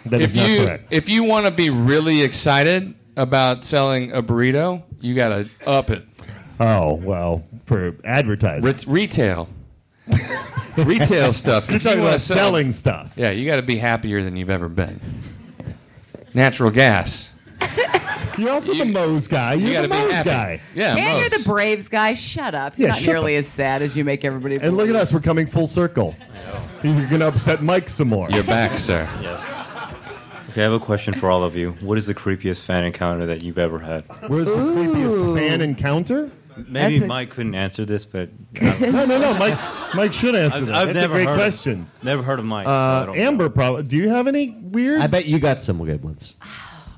[SPEAKER 3] That
[SPEAKER 2] if
[SPEAKER 3] is not
[SPEAKER 2] you
[SPEAKER 3] correct.
[SPEAKER 2] if you want to be really excited, about selling a burrito, you got to up it.
[SPEAKER 3] Oh well, for advertising.
[SPEAKER 2] It's retail. retail stuff.
[SPEAKER 3] You're
[SPEAKER 2] If you
[SPEAKER 3] talking
[SPEAKER 2] wanna
[SPEAKER 3] about
[SPEAKER 2] sell-
[SPEAKER 3] selling stuff.
[SPEAKER 2] Yeah, you got to be happier than you've ever been. Natural gas.
[SPEAKER 3] You're also the Moe's guy. You're
[SPEAKER 2] gotta
[SPEAKER 3] the
[SPEAKER 2] be
[SPEAKER 3] Moe's
[SPEAKER 2] happy.
[SPEAKER 3] guy.
[SPEAKER 2] Yeah,
[SPEAKER 4] and you're the Braves guy. Shut up.
[SPEAKER 3] Yeah,
[SPEAKER 4] You're not
[SPEAKER 3] shut
[SPEAKER 4] nearly as sad as you make everybody.
[SPEAKER 3] And look at us, we're coming full circle. You're going to upset Mike some more.
[SPEAKER 2] You're back, sir.
[SPEAKER 6] Okay, I have a question for all of you. What is the creepiest fan encounter that you've ever had?
[SPEAKER 3] Where's the creepiest fan encounter?
[SPEAKER 6] Maybe Mike couldn't answer this, but
[SPEAKER 3] no, no, no. Mike, Mike should answer
[SPEAKER 6] I've,
[SPEAKER 3] that.
[SPEAKER 6] I've
[SPEAKER 3] That's
[SPEAKER 6] never
[SPEAKER 3] a great
[SPEAKER 6] heard of-
[SPEAKER 3] question.
[SPEAKER 6] never heard of Mike. so I
[SPEAKER 3] Uh,
[SPEAKER 6] don't know.
[SPEAKER 3] Amber, probably. Do you have any weird?
[SPEAKER 7] I bet you got some good ones.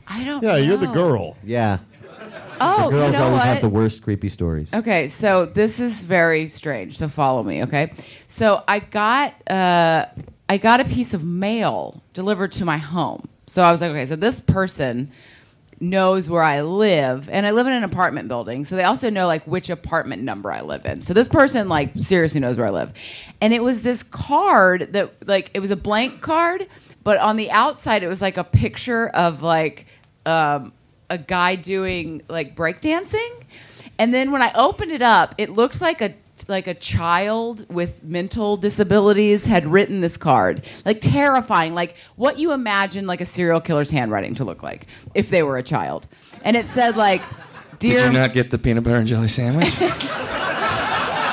[SPEAKER 4] I don't.
[SPEAKER 3] Yeah, you're the
[SPEAKER 4] know.
[SPEAKER 3] girl.
[SPEAKER 7] Yeah.
[SPEAKER 4] Oh,
[SPEAKER 7] the girls
[SPEAKER 4] you know
[SPEAKER 7] always
[SPEAKER 4] what?
[SPEAKER 7] have the worst creepy stories.
[SPEAKER 4] Okay, so this is very strange. So follow me, okay? So I got uh, I got a piece of mail delivered to my home. So I was like, okay, so this person knows where I live, and I live in an apartment building, so they also know like which apartment number I live in. So this person like seriously knows where I live, and it was this card that like it was a blank card, but on the outside it was like a picture of like um, a guy doing like breakdancing. And then when I opened it up, it looked like a like a child with mental disabilities had written this card. Like terrifying, like what you imagine like a serial killer's handwriting to look like if they were a child. And it said like dear
[SPEAKER 2] Did you not get the peanut butter and jelly sandwich?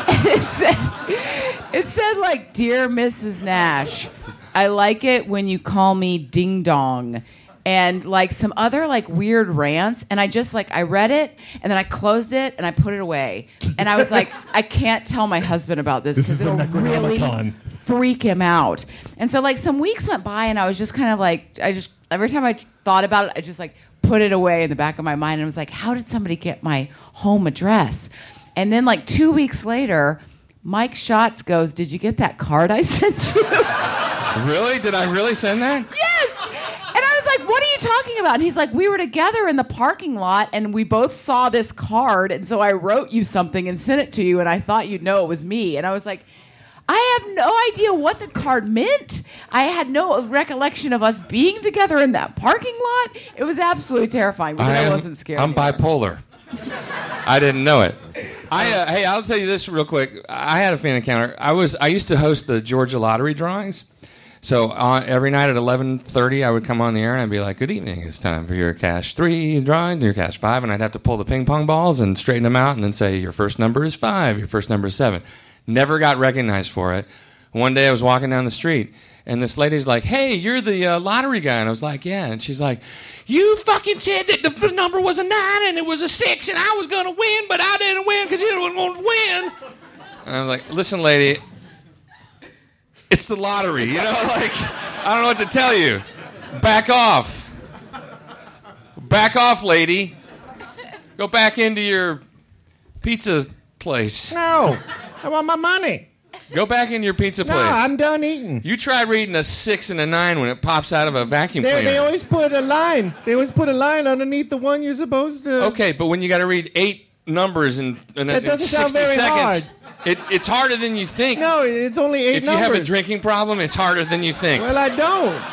[SPEAKER 4] it said it said like dear mrs nash i like it when you call me ding dong and like some other like weird rants and i just like i read it and then i closed it and i put it away and i was like i can't tell my husband about this because it'll really freak him out and so like some weeks went by and i was just kind of like i just every time i thought about it i just like put it away in the back of my mind and was like how did somebody get my home address and then like two weeks later, Mike Schatz goes, Did you get that card I sent you?
[SPEAKER 2] really? Did I really send that?
[SPEAKER 4] yes. And I was like, What are you talking about? And he's like, We were together in the parking lot and we both saw this card. And so I wrote you something and sent it to you. And I thought you'd know it was me. And I was like, I have no idea what the card meant. I had no recollection of us being together in that parking lot. It was absolutely terrifying because I,
[SPEAKER 2] am-
[SPEAKER 4] wasn't scared.
[SPEAKER 2] I'm bipolar. I didn't know it. I uh, hey, I'll tell you this real quick. I had a fan encounter. I was I used to host the Georgia lottery drawings. So on, every night at 11:30, I would come on the air and I'd be like, "Good evening. It's time for your cash three drawing, your cash five, and I'd have to pull the ping pong balls and straighten them out, and then say, "Your first number is five. Your first number is seven. Never got recognized for it. One day I was walking down the street, and this lady's like, "Hey, you're the uh, lottery guy," and I was like, "Yeah," and she's like, "You fucking said that the f- number was a nine and it was a six, and I was gonna win, but I didn't win because you weren't gonna win." And I was like, "Listen, lady, it's the lottery, you know? Like, I don't know what to tell you. Back off. Back off, lady. Go back into your pizza place.
[SPEAKER 3] No, I want my money.
[SPEAKER 2] Go back into your pizza
[SPEAKER 3] No,
[SPEAKER 2] place.
[SPEAKER 3] I'm done eating.
[SPEAKER 2] You try reading a six and a nine when it pops out of a vacuum
[SPEAKER 3] They,
[SPEAKER 2] cleaner.
[SPEAKER 3] they always put a line. They always put a line underneath the one you're supposed to.
[SPEAKER 2] okay, but when you got to read eight numbers in, in,
[SPEAKER 3] Hmm. That
[SPEAKER 2] in
[SPEAKER 3] doesn't
[SPEAKER 2] 60
[SPEAKER 3] sound very
[SPEAKER 2] seconds, It, it's harder than you think.
[SPEAKER 3] No, it's only eight
[SPEAKER 2] if you
[SPEAKER 3] numbers.
[SPEAKER 2] have a drinking problem, it's harder than you think.
[SPEAKER 3] well, I don't.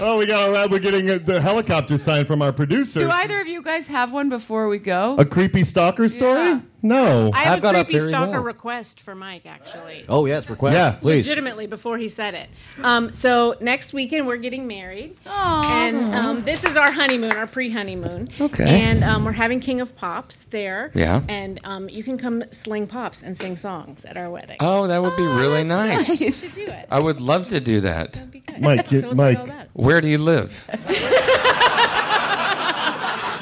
[SPEAKER 3] Oh, we got around. We're getting uh, the helicopter sign from our producer.
[SPEAKER 4] Do either of you guys have one before we go?
[SPEAKER 3] a creepy stalker story? No.
[SPEAKER 8] I have a creepy stalker request for Mike, actually.
[SPEAKER 7] Oh yes, request.
[SPEAKER 3] Yeah, please.
[SPEAKER 8] Legitimately, before he said it. Um, so next weekend we're getting married, and um, this is our honeymoon, our pre-honeymoon.
[SPEAKER 2] Okay.
[SPEAKER 8] And um, we're having King of Pops there.
[SPEAKER 2] Yeah.
[SPEAKER 8] And um, you can come sling pops and sing songs at our wedding.
[SPEAKER 2] Oh, that would be really nice.
[SPEAKER 8] You should do it.
[SPEAKER 2] I would love to do that.
[SPEAKER 3] Mike, you-
[SPEAKER 8] So it's
[SPEAKER 3] Mike.
[SPEAKER 8] all about-
[SPEAKER 2] Where do you live?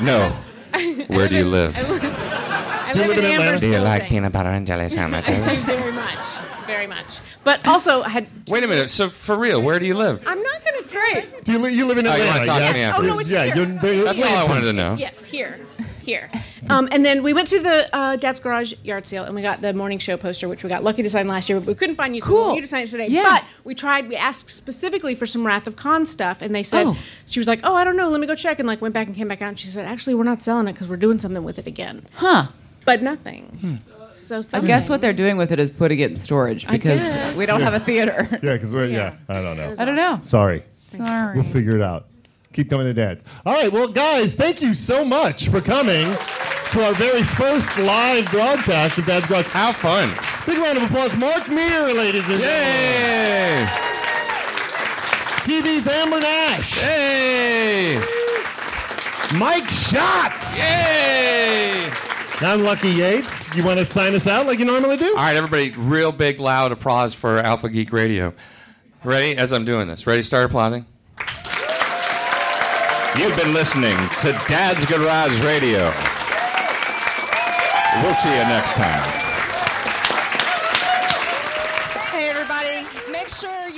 [SPEAKER 2] no. Where do you live?
[SPEAKER 8] I live, I
[SPEAKER 2] do you
[SPEAKER 8] live in Amber's
[SPEAKER 2] Do you like
[SPEAKER 8] building.
[SPEAKER 2] peanut butter and jelly sandwiches?
[SPEAKER 8] very much, very much. But also, I had
[SPEAKER 2] Wait a minute. So for real, where do you live?
[SPEAKER 8] I'm not going to tell you.
[SPEAKER 3] Do you, li- you live in
[SPEAKER 2] Oh, you
[SPEAKER 3] Atlanta?
[SPEAKER 2] wanna talk to
[SPEAKER 3] yeah?
[SPEAKER 2] me afterwards.
[SPEAKER 8] Oh, no, it's
[SPEAKER 3] yeah,
[SPEAKER 8] here.
[SPEAKER 3] you're- you're-
[SPEAKER 2] That's all I wanted to know.
[SPEAKER 8] Yes, here, here. Um, and then we went to the uh, Dad's Garage yard sale, and we got the morning show poster, which we got lucky to sign last year, but we couldn't find you. So cool. You to sign it today.
[SPEAKER 4] Yeah.
[SPEAKER 8] But we tried. We asked specifically for some Wrath of Khan stuff, and they said
[SPEAKER 4] Oh.
[SPEAKER 8] she was like, "Oh, I don't know. Let me go check." And like went back and came back out, and she said, "Actually, we're not selling it because we're doing something with it again."
[SPEAKER 4] Huh. Hmm.
[SPEAKER 8] But nothing. So
[SPEAKER 4] I
[SPEAKER 8] something.
[SPEAKER 4] guess what they're doing with it is putting it in storage because
[SPEAKER 8] guess.
[SPEAKER 4] we don't have a theater.
[SPEAKER 3] Yeah, because we're yeah. I don't know.
[SPEAKER 4] I don't know.
[SPEAKER 3] Sorry.
[SPEAKER 4] Sorry.
[SPEAKER 3] We'll figure it out. Keep coming to dads. All right, well, guys, thank you so much for coming to our very first live broadcast of Dad's Garage.
[SPEAKER 2] How fun!
[SPEAKER 3] Big round of applause, Mark Meir, ladies and
[SPEAKER 2] gentlemen.
[SPEAKER 3] TV's Amber Nash.
[SPEAKER 2] Hey!
[SPEAKER 3] Mike Schatz.
[SPEAKER 2] Yay!
[SPEAKER 3] I'm Lucky Yates. You want to sign us out like you normally do?
[SPEAKER 2] All right, everybody, real big, loud applause for Alpha Geek Radio. Ready? As I'm doing this, ready? Start applauding. You've been listening to Dad's Garage Radio. We'll see you next time.
[SPEAKER 9] Hey, everybody, make sure you.